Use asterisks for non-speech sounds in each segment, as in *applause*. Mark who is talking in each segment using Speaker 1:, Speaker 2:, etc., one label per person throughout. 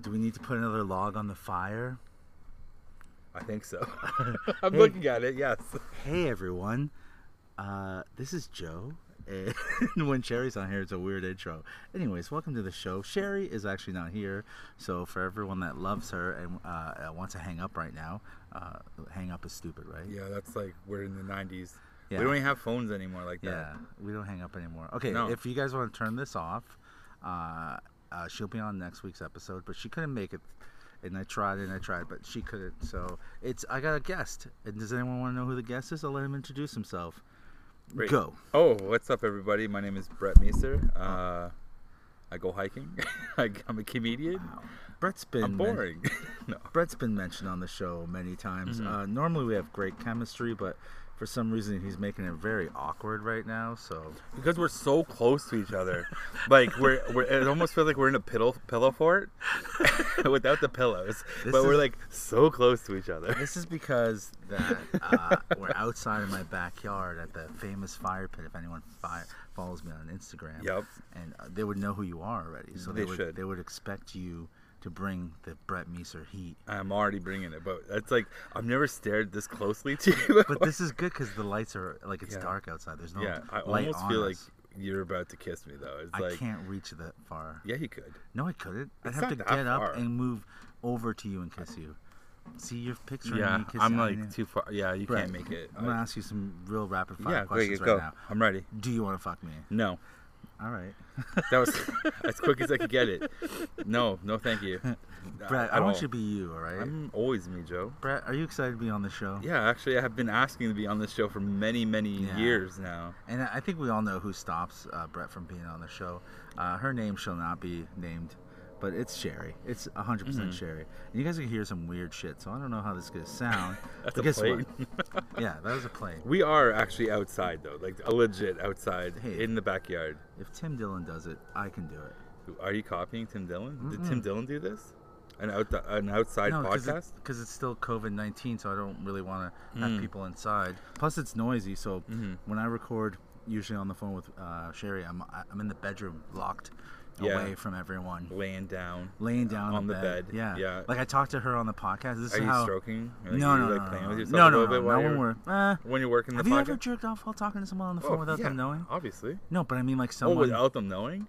Speaker 1: Do we need to put another log on the fire?
Speaker 2: I think *laughs* so. I'm
Speaker 1: Hey.
Speaker 2: looking at it. Yes.
Speaker 1: Hey everyone, uh, this is Joe. And *laughs* when Sherry's on here, it's a weird intro. Anyways, welcome to the show. Sherry is actually not here, so for everyone that loves her and uh, uh, wants to hang up right now, uh, hang up is stupid, right?
Speaker 2: Yeah, that's like we're in the 90s.
Speaker 1: Yeah.
Speaker 2: We don't even have phones anymore like that.
Speaker 1: Yeah, we don't hang up anymore. Okay,
Speaker 2: No.
Speaker 1: if you guys want to turn this off, uh, uh, she'll be on next week's episode, but she couldn't make it. And I tried and I tried, but she couldn't. So it's I got a guest. And does anyone want to know who the guest is? I'll let him introduce himself.
Speaker 2: Great.
Speaker 1: Go.
Speaker 2: Oh, what's up, everybody? My name is Brett Meeser. Uh, I go hiking. *laughs* I, I'm a comedian.
Speaker 1: Brett's been
Speaker 2: I'm
Speaker 1: men-
Speaker 2: boring. *laughs* Mm-hmm. no.
Speaker 1: Brett's been mentioned on the show many times. Uh, normally we have great chemistry, but for some reason he's making it very awkward right now. So
Speaker 2: Because we're so close to each other. like, we're, we're, it almost feels like we're in a pillow, pillow fort *laughs* without the pillows.
Speaker 1: This
Speaker 2: but we're
Speaker 1: is-
Speaker 2: like so close to each other.
Speaker 1: this is because that uh, we're outside in my backyard at the famous fire pit. If anyone fi- follows me on Instagram,
Speaker 2: Yep.
Speaker 1: and uh, they would know who you are already. So they,
Speaker 2: They
Speaker 1: would
Speaker 2: should.
Speaker 1: they would expect you to bring the Brett Meeser heat.
Speaker 2: I'm already bringing it, but that's like, I've never stared this closely to you.
Speaker 1: But this is good because the lights are like it's
Speaker 2: Yeah.
Speaker 1: dark outside. There's no
Speaker 2: yeah, I
Speaker 1: light
Speaker 2: almost
Speaker 1: Oh, on
Speaker 2: feel like
Speaker 1: us.
Speaker 2: you're about to kiss me, though. It's
Speaker 1: I
Speaker 2: like,
Speaker 1: can't reach that far.
Speaker 2: yeah, you could.
Speaker 1: No, I couldn't. I'd
Speaker 2: It's
Speaker 1: have to
Speaker 2: not that
Speaker 1: get up
Speaker 2: far.
Speaker 1: and move over to you and kiss you. See, you're picturing
Speaker 2: Yeah,
Speaker 1: me kissing.
Speaker 2: I'm
Speaker 1: I
Speaker 2: like
Speaker 1: mean,
Speaker 2: too far. Yeah, you
Speaker 1: Brett,
Speaker 2: can't make it.
Speaker 1: I'm gonna ask you some real rapid fire
Speaker 2: yeah,
Speaker 1: questions right
Speaker 2: go, go.
Speaker 1: now.
Speaker 2: I'm ready.
Speaker 1: Do you want to fuck me?
Speaker 2: No,
Speaker 1: All right,
Speaker 2: that was
Speaker 1: *laughs*
Speaker 2: as quick as I could get it. No, no, thank you.
Speaker 1: Brett. I want you to be you. All right?
Speaker 2: Uh, oh. I'm always me, Joe.
Speaker 1: Brett, are you excited to be on the show?
Speaker 2: Yeah, actually, I have been asking to be on this show for many, many
Speaker 1: Yeah.
Speaker 2: years now.
Speaker 1: And I I think we all know who stops uh, Brett from being on the show. Uh, her name shall not be named, but it's Sherry. It's 100% percent
Speaker 2: Mm-hmm.
Speaker 1: Sherry. And you guys are gonna hear some weird shit, so I don't know how this is gonna sound.
Speaker 2: *laughs* That's
Speaker 1: but
Speaker 2: a
Speaker 1: guess
Speaker 2: plane. *laughs*
Speaker 1: what? yeah, that was a plane.
Speaker 2: We are actually outside though, like a legit outside
Speaker 1: Hey.
Speaker 2: in the backyard.
Speaker 1: If Tim Dillon does it, I can do it.
Speaker 2: Are you copying Tim Dillon? Did Tim Dillon do this? An out an outside
Speaker 1: because
Speaker 2: podcast? Mm.
Speaker 1: it's still COVID nineteen, so I don't really want to have people inside. Plus, it's noisy. So
Speaker 2: Mm-hmm.
Speaker 1: when I record, usually on the phone with uh, Sherry, I'm I- I'm in the bedroom, locked
Speaker 2: Yeah.
Speaker 1: away from everyone,
Speaker 2: Laying down.
Speaker 1: laying down
Speaker 2: On
Speaker 1: in
Speaker 2: the bed,
Speaker 1: Yeah,
Speaker 2: yeah.
Speaker 1: Like I talked to her on the podcast. This
Speaker 2: Are
Speaker 1: is
Speaker 2: you
Speaker 1: how.
Speaker 2: stroking? Like,
Speaker 1: no,
Speaker 2: you,
Speaker 1: no,
Speaker 2: like,
Speaker 1: no,
Speaker 2: playing
Speaker 1: no,
Speaker 2: with
Speaker 1: no,
Speaker 2: yourself
Speaker 1: no,
Speaker 2: a little
Speaker 1: no,
Speaker 2: bit
Speaker 1: no,
Speaker 2: while
Speaker 1: not when
Speaker 2: you're-
Speaker 1: we're. Uh,
Speaker 2: when you're working the
Speaker 1: have
Speaker 2: podcast?
Speaker 1: you ever jerked off while talking to someone on the phone
Speaker 2: Oh,
Speaker 1: without
Speaker 2: yeah,
Speaker 1: them knowing?
Speaker 2: Obviously.
Speaker 1: No, but I mean like
Speaker 2: Oh,
Speaker 1: someone.
Speaker 2: without them knowing?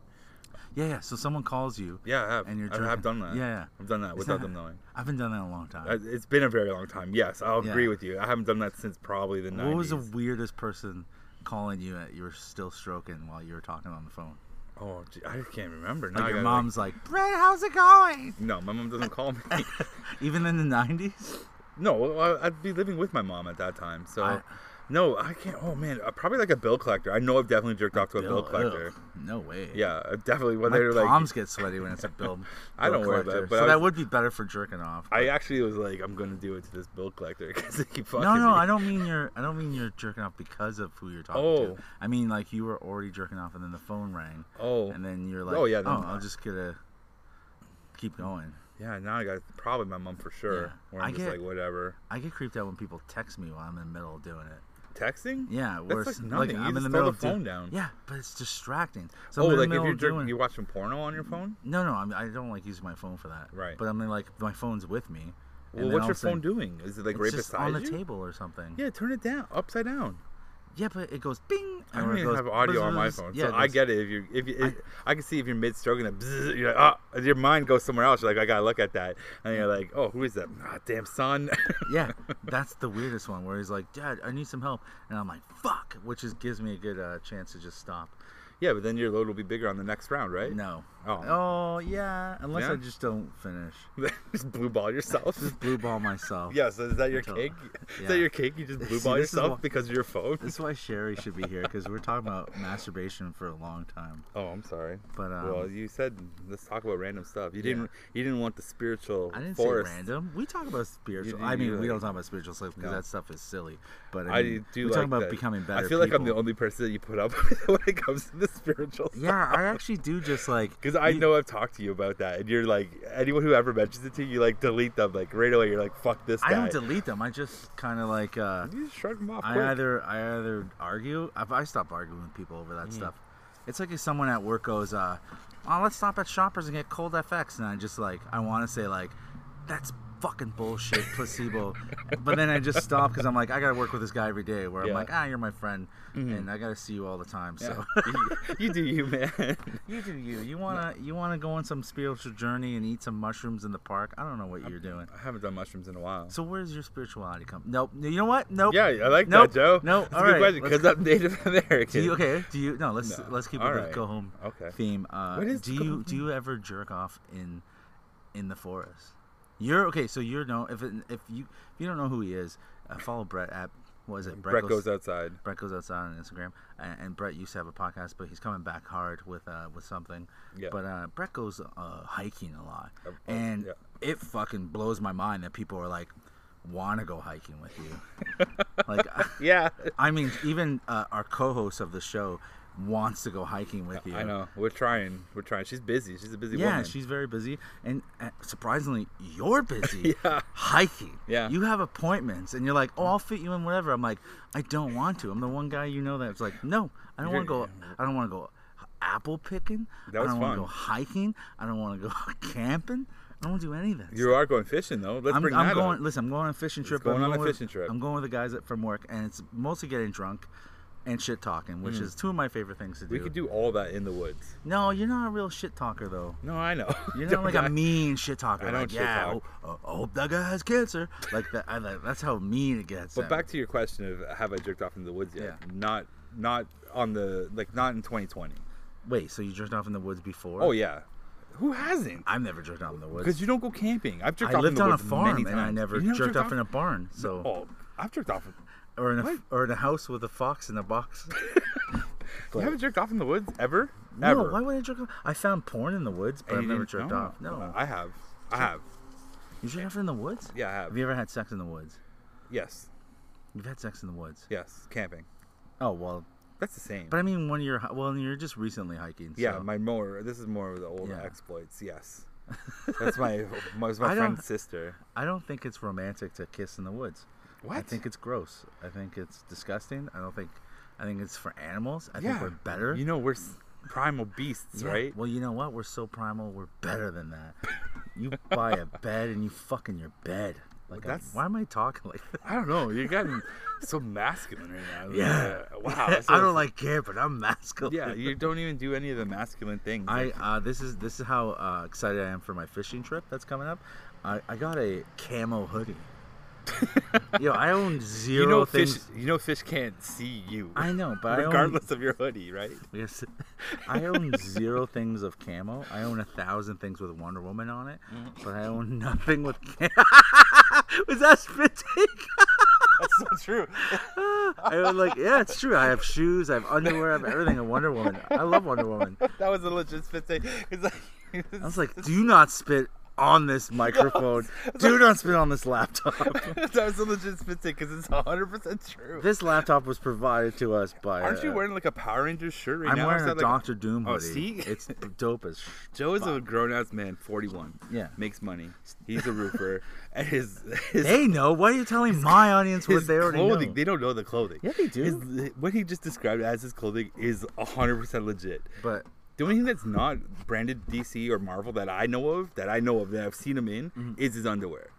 Speaker 1: yeah, yeah. So someone calls you.
Speaker 2: Yeah, I have.
Speaker 1: And you're
Speaker 2: I have
Speaker 1: jerking.
Speaker 2: done that.
Speaker 1: Yeah, yeah.
Speaker 2: I've done that
Speaker 1: It's
Speaker 2: without
Speaker 1: not-
Speaker 2: them knowing.
Speaker 1: I haven't done that in a long time.
Speaker 2: I- It's been a very long time. Yes, I'll
Speaker 1: Yeah.
Speaker 2: agree with you. I haven't done that since probably the 90s.
Speaker 1: What was the weirdest person calling you at you were still stroking while you were talking on the phone?
Speaker 2: Oh, gee, I can't remember. Now
Speaker 1: Like
Speaker 2: I
Speaker 1: your
Speaker 2: gotta,
Speaker 1: mom's like, Brett, how's it going?
Speaker 2: no, my mom
Speaker 1: *laughs*
Speaker 2: doesn't call me.
Speaker 1: Even in the nineties?
Speaker 2: no, well, I- I'd be living with my mom at that time. So,
Speaker 1: I-
Speaker 2: no, I can't. Oh, man. uh, Probably like a bill collector. I know I've definitely jerked off to a *laughs* bill, collector.
Speaker 1: No way.
Speaker 2: Yeah, I've definitely.
Speaker 1: My
Speaker 2: Whether like.
Speaker 1: palms get sweaty when it's a bill.
Speaker 2: *laughs* I
Speaker 1: bill
Speaker 2: don't worry about
Speaker 1: collector,
Speaker 2: it, but
Speaker 1: so
Speaker 2: I
Speaker 1: that
Speaker 2: was-
Speaker 1: would be better for jerking off.
Speaker 2: I actually was like, I'm going to do it to this bill collector *laughs* because they keep fucking
Speaker 1: No, no,
Speaker 2: me.
Speaker 1: I don't mean you're. I don't mean you're jerking off because of who you're talking
Speaker 2: Oh.
Speaker 1: to. I mean like you were already jerking off, and then the phone rang,
Speaker 2: Oh.
Speaker 1: and then you're like,
Speaker 2: Oh,
Speaker 1: Oh
Speaker 2: yeah,
Speaker 1: yeah,
Speaker 2: then-
Speaker 1: oh, I'll just gonna keep going.
Speaker 2: Yeah, now I got probably my mom for sure.
Speaker 1: Yeah.
Speaker 2: Where I'm
Speaker 1: I
Speaker 2: just
Speaker 1: get-
Speaker 2: like whatever.
Speaker 1: I get creeped out when people text me while I'm in the middle of doing it.
Speaker 2: Texting?
Speaker 1: Yeah,
Speaker 2: That's
Speaker 1: we're
Speaker 2: like
Speaker 1: s-
Speaker 2: nothing. You
Speaker 1: I'm
Speaker 2: just
Speaker 1: in the
Speaker 2: throw
Speaker 1: middle
Speaker 2: the
Speaker 1: of do-
Speaker 2: phone down.
Speaker 1: Yeah, but it's distracting. So
Speaker 2: Oh,
Speaker 1: I'm in
Speaker 2: like
Speaker 1: the
Speaker 2: if
Speaker 1: middle
Speaker 2: you're
Speaker 1: of
Speaker 2: jerking,
Speaker 1: doing,
Speaker 2: you watching porno on your phone?
Speaker 1: no, no, I, mean, I don't like using my phone for that.
Speaker 2: Right.
Speaker 1: But I mean, like my phone's with me. and
Speaker 2: Well,
Speaker 1: then all
Speaker 2: what's your
Speaker 1: of a sudden-
Speaker 2: phone doing? Is it like
Speaker 1: It's
Speaker 2: right
Speaker 1: just
Speaker 2: beside
Speaker 1: on the
Speaker 2: you?
Speaker 1: table or something.
Speaker 2: Yeah, turn it down, upside down.
Speaker 1: Yeah, but it goes bing. or
Speaker 2: I don't
Speaker 1: it
Speaker 2: even
Speaker 1: goes
Speaker 2: have audio on my
Speaker 1: buzz.
Speaker 2: phone,
Speaker 1: Yeah,
Speaker 2: so I
Speaker 1: goes-
Speaker 2: get it. If you, if you, if, I, can see if you're mid stroking, that bzzz, you're like, ah, your mind goes somewhere else. You're like, I gotta look at that, and you're like, oh, who is that? Ah, damn son.
Speaker 1: *laughs*
Speaker 2: *laughs*
Speaker 1: Yeah, that's the weirdest one where he's like, "Dad, I need some help," and I'm like, "Fuck," which is gives me a good uh, chance to just stop.
Speaker 2: yeah, but then your load will be bigger on the next round, right?
Speaker 1: No.
Speaker 2: Oh,
Speaker 1: Oh yeah, unless
Speaker 2: Yeah?
Speaker 1: I just don't finish.
Speaker 2: *laughs* just blue ball yourself.
Speaker 1: *laughs* Just blue ball myself.
Speaker 2: Yeah, so is that your
Speaker 1: Until-
Speaker 2: cake? *laughs* Is
Speaker 1: yeah.
Speaker 2: that your cake?
Speaker 1: *laughs*
Speaker 2: You just blue
Speaker 1: See,
Speaker 2: ball
Speaker 1: this is
Speaker 2: yourself
Speaker 1: wha-
Speaker 2: because of your phone?
Speaker 1: That's why Sherry should be here because we're talking about masturbation for a long time.
Speaker 2: Oh, I'm sorry.
Speaker 1: But,
Speaker 2: well,
Speaker 1: um,
Speaker 2: you said let's talk about random stuff. You
Speaker 1: Yeah.
Speaker 2: didn't. You didn't want the spiritual
Speaker 1: I didn't
Speaker 2: forest.
Speaker 1: say random. We talk about spiritual.
Speaker 2: You-
Speaker 1: I
Speaker 2: you-
Speaker 1: mean,
Speaker 2: you
Speaker 1: we
Speaker 2: like-
Speaker 1: don't talk about spiritual stuff because
Speaker 2: No.
Speaker 1: that stuff is silly. But I,
Speaker 2: I
Speaker 1: mean,
Speaker 2: do
Speaker 1: we
Speaker 2: like
Speaker 1: talk about
Speaker 2: that.
Speaker 1: becoming better.
Speaker 2: I feel like I'm the
Speaker 1: people.
Speaker 2: only person that you put up *laughs* with when it comes to the spiritual.
Speaker 1: Yeah, I actually do just like
Speaker 2: *laughs* Because I
Speaker 1: you-
Speaker 2: know I've talked to you about that, and you're like anyone who ever mentions it to you, you like delete them like right away. You're like, fuck this guy.
Speaker 1: I don't delete them. I just kind of like uh,
Speaker 2: You just shrug them off.
Speaker 1: I
Speaker 2: quick.
Speaker 1: either I either argue. If I stop arguing with people over that stuff, It's like if someone at work goes, uh, "Oh, let's stop at Shoppers and get Cold FX," and I just like, I want to say like, "That's fucking *laughs* bullshit, placebo," but then I just stop because I'm like, I gotta work with this guy every day. Where I'm
Speaker 2: Yeah.
Speaker 1: like, ah, you're my friend, and I gotta see you all the time. So
Speaker 2: you, *laughs* you do you, man.
Speaker 1: *laughs* you do you. You wanna you wanna go on some spiritual journey and eat some mushrooms in the park. I don't know what you're doing.
Speaker 2: I haven't done mushrooms in a while.
Speaker 1: So where's your spirituality come? Nope. You know what? Nope.
Speaker 2: Yeah, I like
Speaker 1: Nope.
Speaker 2: that, Joe.
Speaker 1: No,
Speaker 2: That's
Speaker 1: all
Speaker 2: a good
Speaker 1: right,
Speaker 2: question
Speaker 1: let's-
Speaker 2: because I'm Native American.
Speaker 1: Do you, okay. Do you no? Let's
Speaker 2: No.
Speaker 1: let's keep
Speaker 2: All
Speaker 1: it with
Speaker 2: right.
Speaker 1: go home
Speaker 2: Okay.
Speaker 1: theme. Uh,
Speaker 2: What is
Speaker 1: do
Speaker 2: go
Speaker 1: you
Speaker 2: home
Speaker 1: do you ever jerk off in in the forest? You're okay. So you're no. If it, if you if you don't know who he is, uh, follow Brett at what is it?
Speaker 2: Brett goes outside.
Speaker 1: Brett goes outside on Instagram, and, and Brett used to have a podcast, but he's coming back hard with uh, with something.
Speaker 2: Yeah.
Speaker 1: But uh, Brett goes uh, hiking a lot,
Speaker 2: Uh, uh,
Speaker 1: and
Speaker 2: yeah.
Speaker 1: it fucking blows my mind that people are like, want to go hiking with you.
Speaker 2: *laughs*
Speaker 1: like,
Speaker 2: Yeah.
Speaker 1: I mean, even uh, our co-host of the show wants to go hiking with you.
Speaker 2: I know. We're trying. We're trying. She's busy. She's a busy
Speaker 1: Yeah,
Speaker 2: woman.
Speaker 1: she's very busy, and uh, surprisingly, you're busy
Speaker 2: *laughs* Yeah.
Speaker 1: hiking.
Speaker 2: Yeah.
Speaker 1: you have appointments, and you're like, "Oh, I'll fit you in whatever." I'm like, "I don't want to." I'm the one guy you know that's like, "No, I don't
Speaker 2: You're-
Speaker 1: want to go. I don't want to go apple picking.
Speaker 2: That
Speaker 1: I
Speaker 2: was
Speaker 1: don't want to
Speaker 2: fun.
Speaker 1: go hiking. I don't want to go *laughs* camping. I don't want to do any of that."
Speaker 2: you are going fishing though. Let's
Speaker 1: I'm,
Speaker 2: bring
Speaker 1: I'm
Speaker 2: that
Speaker 1: going.
Speaker 2: up.
Speaker 1: Listen, I'm going on a fishing trip.
Speaker 2: going
Speaker 1: I'm
Speaker 2: on a
Speaker 1: with-
Speaker 2: fishing trip.
Speaker 1: I'm going with the guys that, from work, and it's mostly getting drunk and shit talking, which is two of my favorite things to do.
Speaker 2: Mm. We could do all that in the woods.
Speaker 1: No, you're not a real shit talker though.
Speaker 2: No, I *laughs* know.
Speaker 1: You're not like a mean shit talker.
Speaker 2: I
Speaker 1: like,
Speaker 2: don't shit
Speaker 1: yeah,
Speaker 2: talk.
Speaker 1: oh, oh, I hope that guy has cancer. Like that. I, like, that's how mean it gets.
Speaker 2: But
Speaker 1: and-
Speaker 2: back to your question of have I jerked off in the woods yet?
Speaker 1: Yeah.
Speaker 2: Not, not on the like, not in 2020.
Speaker 1: Wait, so you jerked off in the woods before?
Speaker 2: Oh yeah, who hasn't?
Speaker 1: I've never jerked off in the woods.
Speaker 2: Because you don't go camping. I've jerked
Speaker 1: I
Speaker 2: off
Speaker 1: lived
Speaker 2: in the
Speaker 1: on a
Speaker 2: woods
Speaker 1: farm
Speaker 2: many
Speaker 1: and I
Speaker 2: times.
Speaker 1: never,
Speaker 2: You
Speaker 1: jerked off in a barn. So
Speaker 2: Oh, I've jerked off.
Speaker 1: or in a
Speaker 2: what?
Speaker 1: or in a house with a fox in a
Speaker 2: *laughs*
Speaker 1: box.
Speaker 2: You haven't jerked off in the woods ever,
Speaker 1: No,
Speaker 2: ever.
Speaker 1: why would I jerk off? I found porn in the woods, but
Speaker 2: And
Speaker 1: I've
Speaker 2: you
Speaker 1: never
Speaker 2: didn't-
Speaker 1: jerked
Speaker 2: no.
Speaker 1: off. No,
Speaker 2: I have. I have.
Speaker 1: you jerked off in the woods?
Speaker 2: Yeah, I have.
Speaker 1: Have you ever had sex in the woods?
Speaker 2: Yes.
Speaker 1: You've had sex in the woods.
Speaker 2: Yes. Camping.
Speaker 1: Oh well,
Speaker 2: That's the same.
Speaker 1: but I mean, when you're hi- well, you're just recently hiking.
Speaker 2: yeah,
Speaker 1: so.
Speaker 2: my more. This is more of the old
Speaker 1: Yeah. *laughs*
Speaker 2: exploits. Yes. That's my my, was my
Speaker 1: I don't-
Speaker 2: friend's sister.
Speaker 1: I don't think it's romantic to kiss in the woods. I
Speaker 2: What?
Speaker 1: think it's gross. I think it's disgusting. I don't think. I think it's for animals. I think we're better.
Speaker 2: You know, we're s- primal beasts,
Speaker 1: Yeah,
Speaker 2: right?
Speaker 1: Well, you know what? We're so primal. We're better than that. you buy a bed and you fuck in your bed. Like, I-
Speaker 2: that's-
Speaker 1: why am I talking like? that?
Speaker 2: I don't know. You're getting so masculine right now.
Speaker 1: Yeah.
Speaker 2: Uh, wow.
Speaker 1: *laughs*
Speaker 2: so-
Speaker 1: I don't like camping. I'm masculine.
Speaker 2: Yeah, you don't even do any of the masculine things.
Speaker 1: I
Speaker 2: Like,
Speaker 1: uh, this is this is how uh, excited I am for my fishing trip that's coming up. I, I got a camo
Speaker 2: *laughs*
Speaker 1: hoodie. Yo, I own zero
Speaker 2: you know,
Speaker 1: things.
Speaker 2: fish. You know, fish can't see you. *laughs*
Speaker 1: I know, but
Speaker 2: regardless of your hoodie, right? *laughs*
Speaker 1: I own *laughs* yes, I own zero things of camo. I own a thousand things with Wonder Woman on it,
Speaker 2: Mm-hmm.
Speaker 1: but I own nothing with camo. *laughs* Was that spit take?
Speaker 2: That's so true.
Speaker 1: *laughs*
Speaker 2: *laughs*
Speaker 1: I was like, yeah, it's true. I have shoes, I have underwear, I have everything. A Wonder Woman. I love Wonder Woman.
Speaker 2: That was a legit spit take. It's like, *laughs*
Speaker 1: I was like, do not spit on this microphone. Do not spit on this laptop. *laughs*
Speaker 2: *laughs* that was a legit spit take because it's 100 percent true.
Speaker 1: This laptop was provided to us by.
Speaker 2: Aren't you
Speaker 1: uh,
Speaker 2: wearing like a Power Rangers shirt right
Speaker 1: I'm
Speaker 2: now? Is
Speaker 1: wearing a
Speaker 2: that, like,
Speaker 1: Doctor Doom
Speaker 2: Oh,
Speaker 1: hoodie.
Speaker 2: see?
Speaker 1: It's dope as. sh-
Speaker 2: Joe is a grown ass man, 41.
Speaker 1: Yeah.
Speaker 2: makes money. He's
Speaker 1: *laughs*
Speaker 2: a roofer, and his his,
Speaker 1: They know. Why are you telling my audience what
Speaker 2: his
Speaker 1: they already
Speaker 2: clothing.
Speaker 1: know?
Speaker 2: They don't know the clothing.
Speaker 1: Yeah, they do.
Speaker 2: His, what he just described as his clothing is 100 percent legit.
Speaker 1: But
Speaker 2: The only thing that's not branded DC or Marvel that I know of, that I know of, that I've seen him in, is his underwear.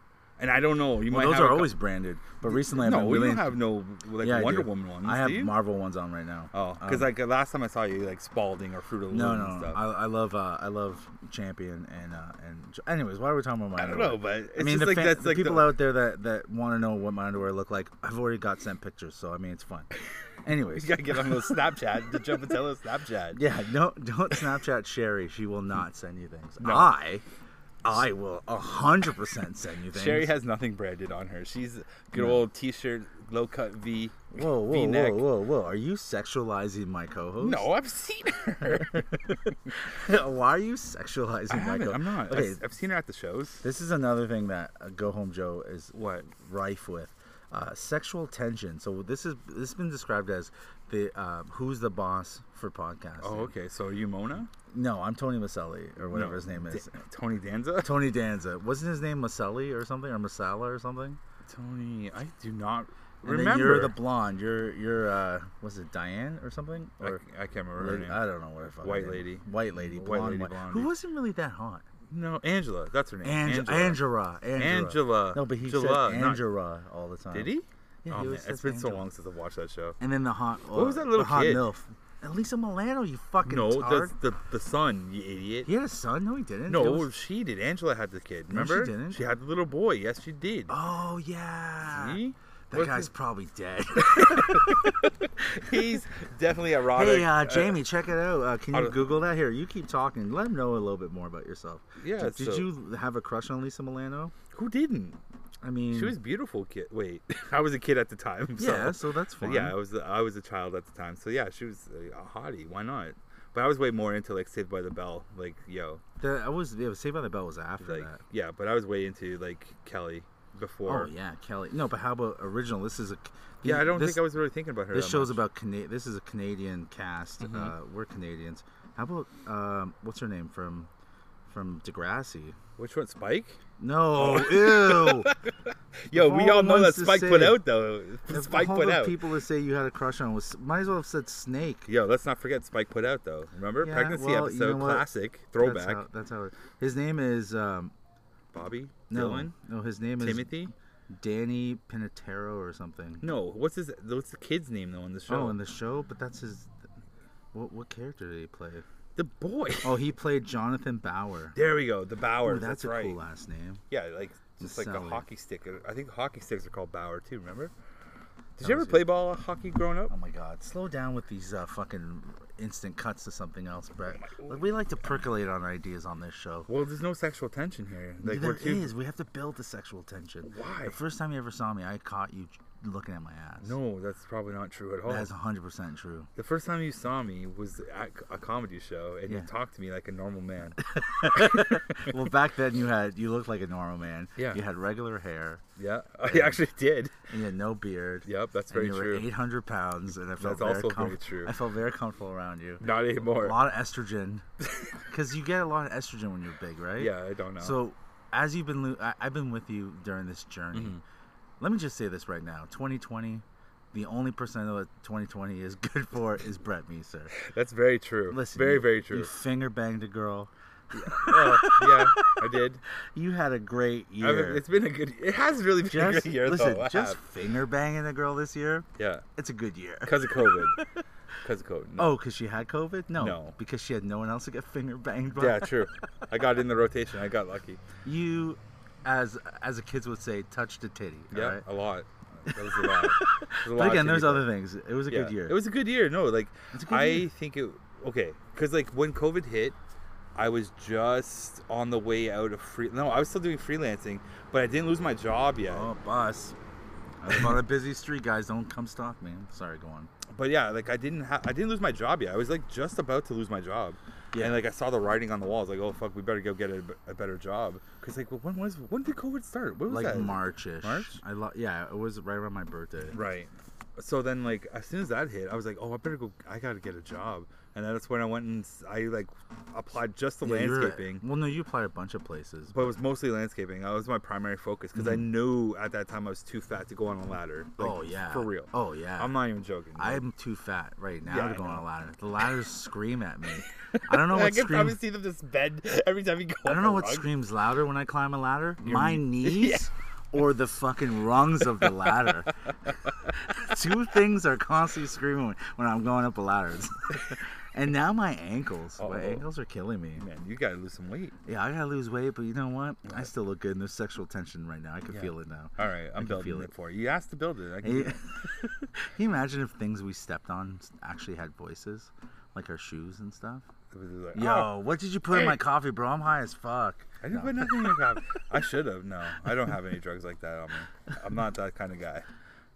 Speaker 2: And I don't know. You
Speaker 1: Mm-hmm. well,
Speaker 2: might
Speaker 1: those
Speaker 2: have
Speaker 1: are
Speaker 2: a cou-
Speaker 1: always branded. But recently,
Speaker 2: no.
Speaker 1: I've been
Speaker 2: we
Speaker 1: really.
Speaker 2: don't have no like
Speaker 1: yeah, I
Speaker 2: Wonder
Speaker 1: do.
Speaker 2: Woman ones.
Speaker 1: I have
Speaker 2: do you?
Speaker 1: Marvel ones on right now.
Speaker 2: Oh,
Speaker 1: Um,
Speaker 2: because like the last time I saw you, like Spalding or Fruit of the
Speaker 1: No,
Speaker 2: Loom
Speaker 1: no,
Speaker 2: and
Speaker 1: no.
Speaker 2: stuff.
Speaker 1: I, I love, uh, I love Champion and uh, and. Anyways, why are we talking about my?
Speaker 2: I don't
Speaker 1: underwear?
Speaker 2: know, but it's
Speaker 1: I mean,
Speaker 2: just
Speaker 1: the,
Speaker 2: like
Speaker 1: fan-
Speaker 2: that's
Speaker 1: the
Speaker 2: like
Speaker 1: people
Speaker 2: the,
Speaker 1: out there that, that want to know what my underwear look like, I've already got sent pictures, so I mean, it's
Speaker 2: *laughs*
Speaker 1: fun. Anyways,
Speaker 2: you gotta get on those Snapchat, the Joe Patello *laughs* Snapchat.
Speaker 1: Yeah, no, don't Snapchat Sherry. She will not send you things. I, I will hundred percent send you things.
Speaker 2: Sherry has nothing branded on her. She's a good old T-shirt, low cut V.
Speaker 1: whoa, whoa,
Speaker 2: V-neck.
Speaker 1: whoa, whoa, whoa! Are you sexualizing my co-host?
Speaker 2: No, I've seen *laughs* her.
Speaker 1: *laughs* Why are you
Speaker 2: I
Speaker 1: sexualizing my
Speaker 2: haven't.
Speaker 1: co?
Speaker 2: I'm not.
Speaker 1: Okay,
Speaker 2: I've, I've seen her at the shows.
Speaker 1: this is another thing that uh, Go Home Joe is
Speaker 2: What?
Speaker 1: rife with uh, sexual tension. So this is this has been described as the uh, who's the boss for podcasting.
Speaker 2: Oh, okay. So are you Mona?
Speaker 1: No, I'm Tony Maselli or whatever
Speaker 2: No,
Speaker 1: his name is.
Speaker 2: Da- Tony *laughs* Danza.
Speaker 1: Tony Danza. Wasn't his name Maselli or something or Masala or something?
Speaker 2: Tony, I do not
Speaker 1: And then you're the blonde. You're you're uh was it Diane or something?
Speaker 2: I,
Speaker 1: Or
Speaker 2: I can't remember her
Speaker 1: Lady-
Speaker 2: name.
Speaker 1: I don't know what her fucking
Speaker 2: White
Speaker 1: name-
Speaker 2: lady.
Speaker 1: White lady.
Speaker 2: White
Speaker 1: Blonde,
Speaker 2: lady,
Speaker 1: white-
Speaker 2: blonde.
Speaker 1: Who wasn't really that hot.
Speaker 2: no, Angela. That's her name.
Speaker 1: Ange- Angela. Angela.
Speaker 2: Angela.
Speaker 1: No, but he
Speaker 2: Angela,
Speaker 1: said
Speaker 2: not-
Speaker 1: Angela all the time.
Speaker 2: Did
Speaker 1: Yeah,
Speaker 2: he? oh
Speaker 1: he
Speaker 2: man,
Speaker 1: always
Speaker 2: it's
Speaker 1: says
Speaker 2: been so
Speaker 1: Angela.
Speaker 2: long since I've watched that show.
Speaker 1: And then the hot.
Speaker 2: What was
Speaker 1: uh,
Speaker 2: that little
Speaker 1: the hot
Speaker 2: kid?
Speaker 1: milf? Elisa Milano, you fucking
Speaker 2: No,
Speaker 1: tard.
Speaker 2: the, the the son, you idiot.
Speaker 1: He had a son? No, he didn't.
Speaker 2: No,
Speaker 1: There was-
Speaker 2: she did. Angela had the kid.
Speaker 1: No, she
Speaker 2: Remember?
Speaker 1: didn't.
Speaker 2: She had the little boy. Yes, she did.
Speaker 1: Oh yeah. *laughs*
Speaker 2: See?
Speaker 1: That
Speaker 2: What's
Speaker 1: guy's
Speaker 2: his-
Speaker 1: probably dead.
Speaker 2: he's definitely erotic.
Speaker 1: hey, uh, Jamie, check it out. Uh, can
Speaker 2: I
Speaker 1: you
Speaker 2: don't-
Speaker 1: Google that? Here, you keep talking. Let him know a little bit more about yourself.
Speaker 2: Yeah,
Speaker 1: Did, did
Speaker 2: so-
Speaker 1: you have a crush on Lisa Milano?
Speaker 2: Who didn't?
Speaker 1: I mean,
Speaker 2: She was a beautiful kid. Wait, *laughs* I was a kid at the time. So.
Speaker 1: Mm. Yeah, so that's
Speaker 2: But
Speaker 1: fine.
Speaker 2: *laughs* Yeah, I was I was a child at the time. So yeah, she was a hottie. Why not? But I was way more into like Saved by the Bell. Like yo,
Speaker 1: The- I was. Yeah, Saved by the Bell was after
Speaker 2: like
Speaker 1: that.
Speaker 2: yeah. But I was way into like Kelly before.
Speaker 1: Oh yeah, Kelly. No, but how about original? This is a.
Speaker 2: Yeah, I don't
Speaker 1: this,
Speaker 2: think I was really thinking about her.
Speaker 1: This
Speaker 2: that
Speaker 1: show's
Speaker 2: much. Mm-hmm.
Speaker 1: about Cana- This is a Canadian cast. Uh, we're Canadians. How about um, what's her name from from Degrassi?
Speaker 2: which one? Spike.
Speaker 1: No,
Speaker 2: Oh.
Speaker 1: ew.
Speaker 2: Yo,
Speaker 1: Of
Speaker 2: we
Speaker 1: all
Speaker 2: all
Speaker 1: the
Speaker 2: know that
Speaker 1: ones to
Speaker 2: Spike put
Speaker 1: say-
Speaker 2: out though.
Speaker 1: If
Speaker 2: *laughs* Spike
Speaker 1: all
Speaker 2: put
Speaker 1: the
Speaker 2: out.
Speaker 1: People to say you had a crush on was might as well have said Snake.
Speaker 2: Yo, let's not forget Spike put out though. Remember
Speaker 1: Yeah,
Speaker 2: pregnancy
Speaker 1: well, you
Speaker 2: episode,
Speaker 1: know what?
Speaker 2: classic
Speaker 1: That's
Speaker 2: throwback.
Speaker 1: how, that's how it, his name is. Um,
Speaker 2: Bobby,
Speaker 1: no,
Speaker 2: Dylan,
Speaker 1: no, his name is
Speaker 2: Timothy.
Speaker 1: Danny Pinatero or something.
Speaker 2: No, what's his? What's the kid's name though on the show?
Speaker 1: Oh, in the show, but that's his. What what character did he play?
Speaker 2: the boy.
Speaker 1: Oh, he played Jonathan Bauer.
Speaker 2: There we go. The
Speaker 1: Ooh,
Speaker 2: Bowers.
Speaker 1: that's,
Speaker 2: that's
Speaker 1: a
Speaker 2: right.
Speaker 1: cool last name.
Speaker 2: Yeah, like just like the
Speaker 1: Solid.
Speaker 2: hockey stick. I think hockey sticks are called Bauer too. Remember? Did
Speaker 1: That
Speaker 2: you ever
Speaker 1: was
Speaker 2: play ball hockey growing up?
Speaker 1: Oh my God! Slow down with these uh, fucking instant cuts to something else, Brett. Like, we like to percolate on ideas on this show.
Speaker 2: Well, there's no sexual tension here. Like
Speaker 1: there
Speaker 2: we're
Speaker 1: is.
Speaker 2: too.
Speaker 1: We have to build the sexual tension.
Speaker 2: Why?
Speaker 1: The first time you ever saw me, I caught you looking at my ass.
Speaker 2: No, that's probably not true at all.
Speaker 1: that's 100 percent true.
Speaker 2: The first time you saw me was at a comedy show, and
Speaker 1: Yeah.
Speaker 2: you talked to me like a
Speaker 1: *laughs*
Speaker 2: normal man.
Speaker 1: well, back then you had you looked like a normal man.
Speaker 2: Yeah.
Speaker 1: You had regular hair.
Speaker 2: yeah, *laughs* I actually did.
Speaker 1: And you had no beard.
Speaker 2: Yep, that's
Speaker 1: and
Speaker 2: very
Speaker 1: you were
Speaker 2: true.
Speaker 1: 800 pounds, and I felt
Speaker 2: That's
Speaker 1: very
Speaker 2: also
Speaker 1: com-
Speaker 2: very true.
Speaker 1: I felt very comfortable around
Speaker 2: *laughs*
Speaker 1: you.
Speaker 2: Not
Speaker 1: A
Speaker 2: anymore.
Speaker 1: lot of estrogen, because you get a lot of estrogen when you're big, right?
Speaker 2: Yeah, I don't know.
Speaker 1: So, as you've been, lo- I- I've been with you during this journey.
Speaker 2: Mm-hmm.
Speaker 1: Let me just say this right now: 2020, the only percent of what 2020 is good for is Brett Meeser.
Speaker 2: that's very true.
Speaker 1: Listen,
Speaker 2: very
Speaker 1: you-
Speaker 2: very
Speaker 1: You
Speaker 2: true.
Speaker 1: finger banged a girl.
Speaker 2: Uh,
Speaker 1: *laughs*
Speaker 2: yeah, I did.
Speaker 1: You had a great
Speaker 2: I mean,
Speaker 1: year.
Speaker 2: it's been a good. It has really *laughs* been a
Speaker 1: just
Speaker 2: good year
Speaker 1: listen,
Speaker 2: though. I
Speaker 1: just
Speaker 2: have.
Speaker 1: finger banging a girl this year.
Speaker 2: yeah,
Speaker 1: It's a good year.
Speaker 2: *laughs* because of COVID.
Speaker 1: *laughs*
Speaker 2: Because of COVID. No.
Speaker 1: Oh, because she had COVID? No,
Speaker 2: No.
Speaker 1: because she had no one else to get finger banged by.
Speaker 2: Yeah, true. I got in the rotation. I got lucky.
Speaker 1: *laughs* You, as as the kids would say, touched a titty.
Speaker 2: Yeah, Oh,
Speaker 1: alright?
Speaker 2: a lot. That was a lot. There was a lot
Speaker 1: *laughs* But
Speaker 2: of
Speaker 1: again, there's
Speaker 2: TV
Speaker 1: other things. It was a
Speaker 2: Yeah,
Speaker 1: good year.
Speaker 2: It was a good year. No, like
Speaker 1: It's a good
Speaker 2: I
Speaker 1: year.
Speaker 2: think it okay because like when COVID hit, I was just on the way out of free. No, I was still doing freelancing, but I didn't lose my job yet.
Speaker 1: Oh, boss. I live on a busy street, guys. Don't come stalk me. Sorry, go on.
Speaker 2: But yeah, like I didn't ha- I didn't lose my job yet. I was like just about to lose my job.
Speaker 1: Yeah.
Speaker 2: And like I saw the writing on the walls, like oh fuck, we better go get a, a better job. Cause like when was when did COVID start? What was
Speaker 1: Like
Speaker 2: that?
Speaker 1: Marchish.
Speaker 2: March?
Speaker 1: I lo- yeah, it was right around my birthday.
Speaker 2: Right. So then, like, as soon as that hit, I was like, "Oh, I better go. I gotta get a job." And that's when I went and s- I like applied just to
Speaker 1: Yeah, you were-
Speaker 2: landscaping,
Speaker 1: Well, no, you applied a bunch of places.
Speaker 2: but it was mostly landscaping. That was my primary focus because I knew at that time I was too fat to go on a ladder. Like,
Speaker 1: Mm-hmm. oh yeah.
Speaker 2: for real.
Speaker 1: Oh yeah.
Speaker 2: I'm not even joking. Like,
Speaker 1: I'm too fat right now
Speaker 2: Yeah,
Speaker 1: to
Speaker 2: I
Speaker 1: go on
Speaker 2: know.
Speaker 1: a ladder. The ladders
Speaker 2: *laughs*
Speaker 1: scream at me. I don't know what
Speaker 2: can probably
Speaker 1: screams.
Speaker 2: see them just bend every time you go.
Speaker 1: I don't
Speaker 2: up
Speaker 1: know
Speaker 2: a
Speaker 1: what
Speaker 2: rung.
Speaker 1: screams louder when I climb a ladder. My
Speaker 2: *laughs*
Speaker 1: knees or the fucking rungs of the ladder. *laughs* Two things are constantly screaming when I'm going up a ladder. *laughs* and now my ankles. My
Speaker 2: Uh-oh.
Speaker 1: ankles are killing me.
Speaker 2: Man, you gotta lose some weight.
Speaker 1: Yeah, I gotta lose weight, but you know what? I still look good. And there's sexual tension right now. I can feel it now. *laughs*
Speaker 2: All right, I'm
Speaker 1: can
Speaker 2: building
Speaker 1: feel
Speaker 2: it.
Speaker 1: it.
Speaker 2: for you. You asked to build it. I can
Speaker 1: Hey,
Speaker 2: do
Speaker 1: Can
Speaker 2: that.
Speaker 1: you imagine if things we stepped on actually had voices? Like our shoes and stuff?
Speaker 2: It was like, "Oh,
Speaker 1: Yo, what did you put in
Speaker 2: hey.
Speaker 1: my coffee, bro? I'm high as fuck.
Speaker 2: I didn't put nothing in
Speaker 1: *laughs*
Speaker 2: your coffee. I should have. No, I don't have any drugs like that on me. I'm not that kind of guy.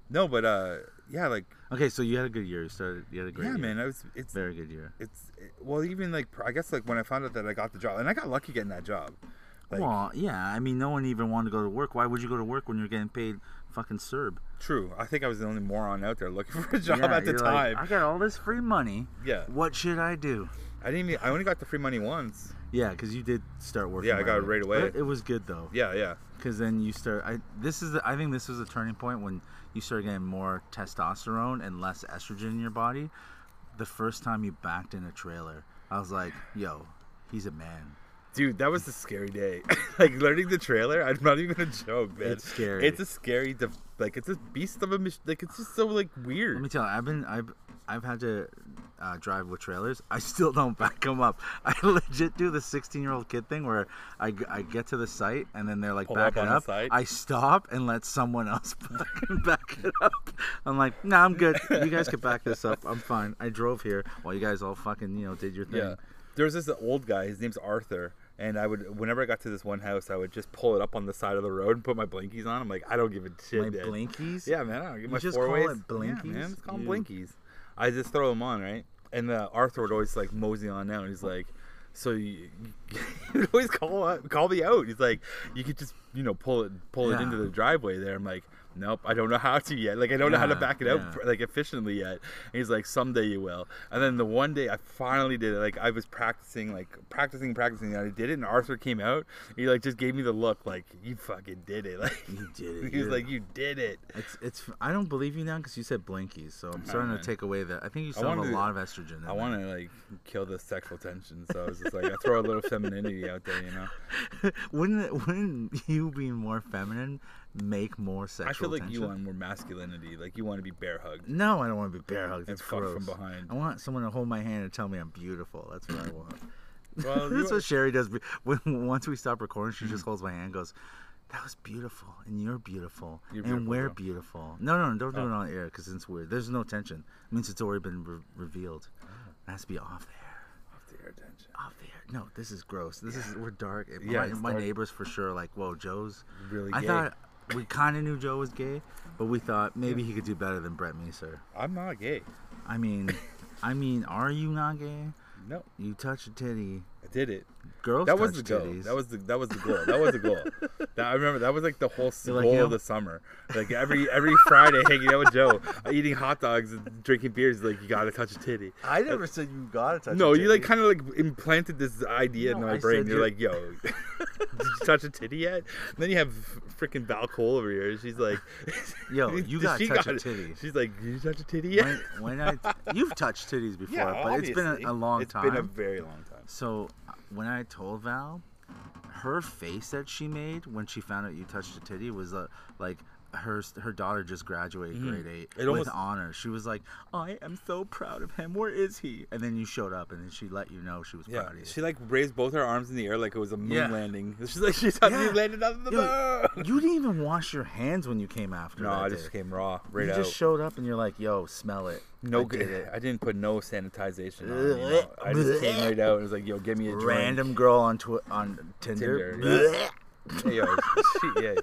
Speaker 2: No, but uh, yeah, like
Speaker 1: Okay, so you had a good year. You started. You had a great
Speaker 2: yeah,
Speaker 1: year.
Speaker 2: man. I was it's
Speaker 1: Very good year.
Speaker 2: it's it- well, even like pr- I guess like when I found out that I got the job, and I got lucky getting that job. Like,
Speaker 1: well, yeah. I mean, no one even wanted to go to work. Why would you go to work when you're getting paid fucking
Speaker 2: *laughs*
Speaker 1: Serb?
Speaker 2: true. I think I was the only moron out there looking *laughs* for a job
Speaker 1: Yeah,
Speaker 2: at the
Speaker 1: you're like,
Speaker 2: time.
Speaker 1: I got all this free money.
Speaker 2: Yeah.
Speaker 1: What should I do?
Speaker 2: I didn't. Even, I only got the free money once.
Speaker 1: Yeah, because you did start working.
Speaker 2: Yeah, I got it right away.
Speaker 1: But it was good though.
Speaker 2: Yeah, yeah.
Speaker 1: Because then you start. I this is. The, I think this was a turning point when you start getting more testosterone and less estrogen in your body. The first time you backed in a trailer, I was like, "Yo, he's a man."
Speaker 2: Dude, that was a scary day. *laughs* like learning the trailer, I'm not even gonna joke, man.
Speaker 1: It's scary.
Speaker 2: It's a scary, def- like it's a beast of a mach- like it's just so like
Speaker 1: Let
Speaker 2: weird.
Speaker 1: me tell you, I've been I've I've had to uh, drive with trailers. I still don't *laughs* back them up. I legit do the 16 year old kid thing where I, g- I get to the site and then they're like
Speaker 2: Pull up
Speaker 1: back it
Speaker 2: on the
Speaker 1: up.
Speaker 2: site?
Speaker 1: I stop and let someone else *laughs* back, back it up. I'm like, nah, I'm good. You guys can back this up. I'm fine. I drove here while you guys all fucking you know did your thing.
Speaker 2: Yeah. There was this old guy. His name's Arthur. And I would, whenever I got to this one house, I would just pull it up on the side of the road and put my blinkies on. I'm like, I don't give a shit.
Speaker 1: My
Speaker 2: man.
Speaker 1: blinkies.
Speaker 2: Yeah, man. I don't give my
Speaker 1: just
Speaker 2: four
Speaker 1: call
Speaker 2: ways.
Speaker 1: it blinkies?
Speaker 2: Yeah, man. Just call them
Speaker 1: You-
Speaker 2: blinkies. I just throw them on, right? And uh, Arthur would always like mosey on now, and he's like, "So you, *laughs* he would always call out, call me out." He's like, "You could just, you know, pull it, pull it
Speaker 1: Yeah.
Speaker 2: into the driveway there." I'm like, "Nope, I don't know how to yet. Like, I don't know how to
Speaker 1: Yeah,
Speaker 2: back it
Speaker 1: yeah.
Speaker 2: out like efficiently yet." And he's like, "Someday you will." And then the one day I finally did it. Like, I was practicing, like practicing, practicing, and I did it. And Arthur came out, and he like just gave me the look, like, "You fucking did it!" *laughs* Like,
Speaker 1: You did it.
Speaker 2: he was
Speaker 1: You're-
Speaker 2: like, "You did it."
Speaker 1: It's it's. I don't believe you now because you said blinkies, so I'm starting
Speaker 2: Oh, man.
Speaker 1: to take away that. I think you still have a
Speaker 2: wanted to-
Speaker 1: lot of estrogen. In
Speaker 2: I
Speaker 1: there.
Speaker 2: want to like kill the sexual tension, so I was just like, I throw a little femininity out there, you know.
Speaker 1: *laughs* wouldn't it- wouldn't you being more feminine make more sexual
Speaker 2: I feel like
Speaker 1: tension?
Speaker 2: you want more masculinity, like you want to be bear
Speaker 1: *laughs*
Speaker 2: hugged.
Speaker 1: No, I don't want to be bear hugged.
Speaker 2: And
Speaker 1: That's
Speaker 2: fucked
Speaker 1: gross.
Speaker 2: from behind.
Speaker 1: I want someone to hold my hand and tell me I'm beautiful. That's what I want.
Speaker 2: *laughs* Well, you
Speaker 1: That's
Speaker 2: are- Hmm.
Speaker 1: what Sherry does. be- When *laughs* once we stop recording, she just holds my hand, and goes, "That was beautiful, and you're beautiful,
Speaker 2: You're
Speaker 1: and
Speaker 2: beautiful, Oh.
Speaker 1: we're
Speaker 2: bro."
Speaker 1: beautiful." No, no, no, don't do it on air because it's weird. There's no tension. It means it's already been re- revealed.
Speaker 2: Oh.
Speaker 1: It has to be off the air.
Speaker 2: Fuck the air tension.
Speaker 1: off the air. No, this is gross. This is we're dark. It-
Speaker 2: Yeah,
Speaker 1: my,
Speaker 2: it's
Speaker 1: my
Speaker 2: dark.
Speaker 1: neighbors for sure. Like, whoa, Joe's
Speaker 2: Really
Speaker 1: I
Speaker 2: gay.
Speaker 1: thought we kind of knew Joe was gay, but we thought maybe he could do better than Brett Meeser.
Speaker 2: I'm not gay.
Speaker 1: I
Speaker 2: *laughs*
Speaker 1: mean, I mean, are you not gay?
Speaker 2: No,
Speaker 1: You touch a titty,
Speaker 2: I did it.
Speaker 1: girls.
Speaker 2: That
Speaker 1: touch
Speaker 2: was the goal.
Speaker 1: titties.
Speaker 2: That was the that was the goal. That was the
Speaker 1: *laughs*
Speaker 2: goal. That, I remember that was like the whole s-
Speaker 1: You're like,
Speaker 2: goal
Speaker 1: you know-
Speaker 2: of the summer. Like every every Friday, hanging out with Joe, eating hot dogs, and drinking beers. Like you gotta touch a titty.
Speaker 1: I never said you gotta touch.
Speaker 2: No, you like kind of like implanted this idea
Speaker 1: No,
Speaker 2: in my
Speaker 1: I
Speaker 2: brain.
Speaker 1: said
Speaker 2: You're
Speaker 1: you-
Speaker 2: like, yo,
Speaker 1: *laughs*
Speaker 2: did you touch a titty yet? And then you have freaking Val Cole over here. She's like,
Speaker 1: *laughs* Yo, you gotta
Speaker 2: She
Speaker 1: touch a
Speaker 2: got-
Speaker 1: titty.
Speaker 2: She's like, did you touch a titty yet?
Speaker 1: When, when I you've touched titties before, but it's been
Speaker 2: obviously.
Speaker 1: a, a long time.
Speaker 2: It's been a very long time.
Speaker 1: So uh, when I told Val, her face that she made when she found out you touched a titty was uh, like her her daughter just graduated grade eight
Speaker 2: Mm-hmm. It
Speaker 1: with
Speaker 2: almost-
Speaker 1: honor. She was like, "I am so proud of him. Where is he?" And then you showed up, and then she let you know she was
Speaker 2: Yeah,
Speaker 1: proud of you.
Speaker 2: she like raised both her arms in the air like it was a moon
Speaker 1: Yeah.
Speaker 2: landing. *laughs* She's like, she thought
Speaker 1: Yeah.
Speaker 2: you landed on the
Speaker 1: Yo, *laughs*
Speaker 2: moon.
Speaker 1: *laughs* you didn't even wash your hands when you came after.
Speaker 2: No,
Speaker 1: that
Speaker 2: I
Speaker 1: day.
Speaker 2: just came raw, right
Speaker 1: You
Speaker 2: out.
Speaker 1: just showed up, and you're like, "Yo, smell it."
Speaker 2: no
Speaker 1: I did
Speaker 2: good.
Speaker 1: it.
Speaker 2: *laughs* I didn't put no sanitization
Speaker 1: *laughs*
Speaker 2: on. You know? I just came right out and was like, yo, give me a drink.
Speaker 1: Random girl on twi- on Tinder.
Speaker 2: Tinder, Hey, yo, she, yeah,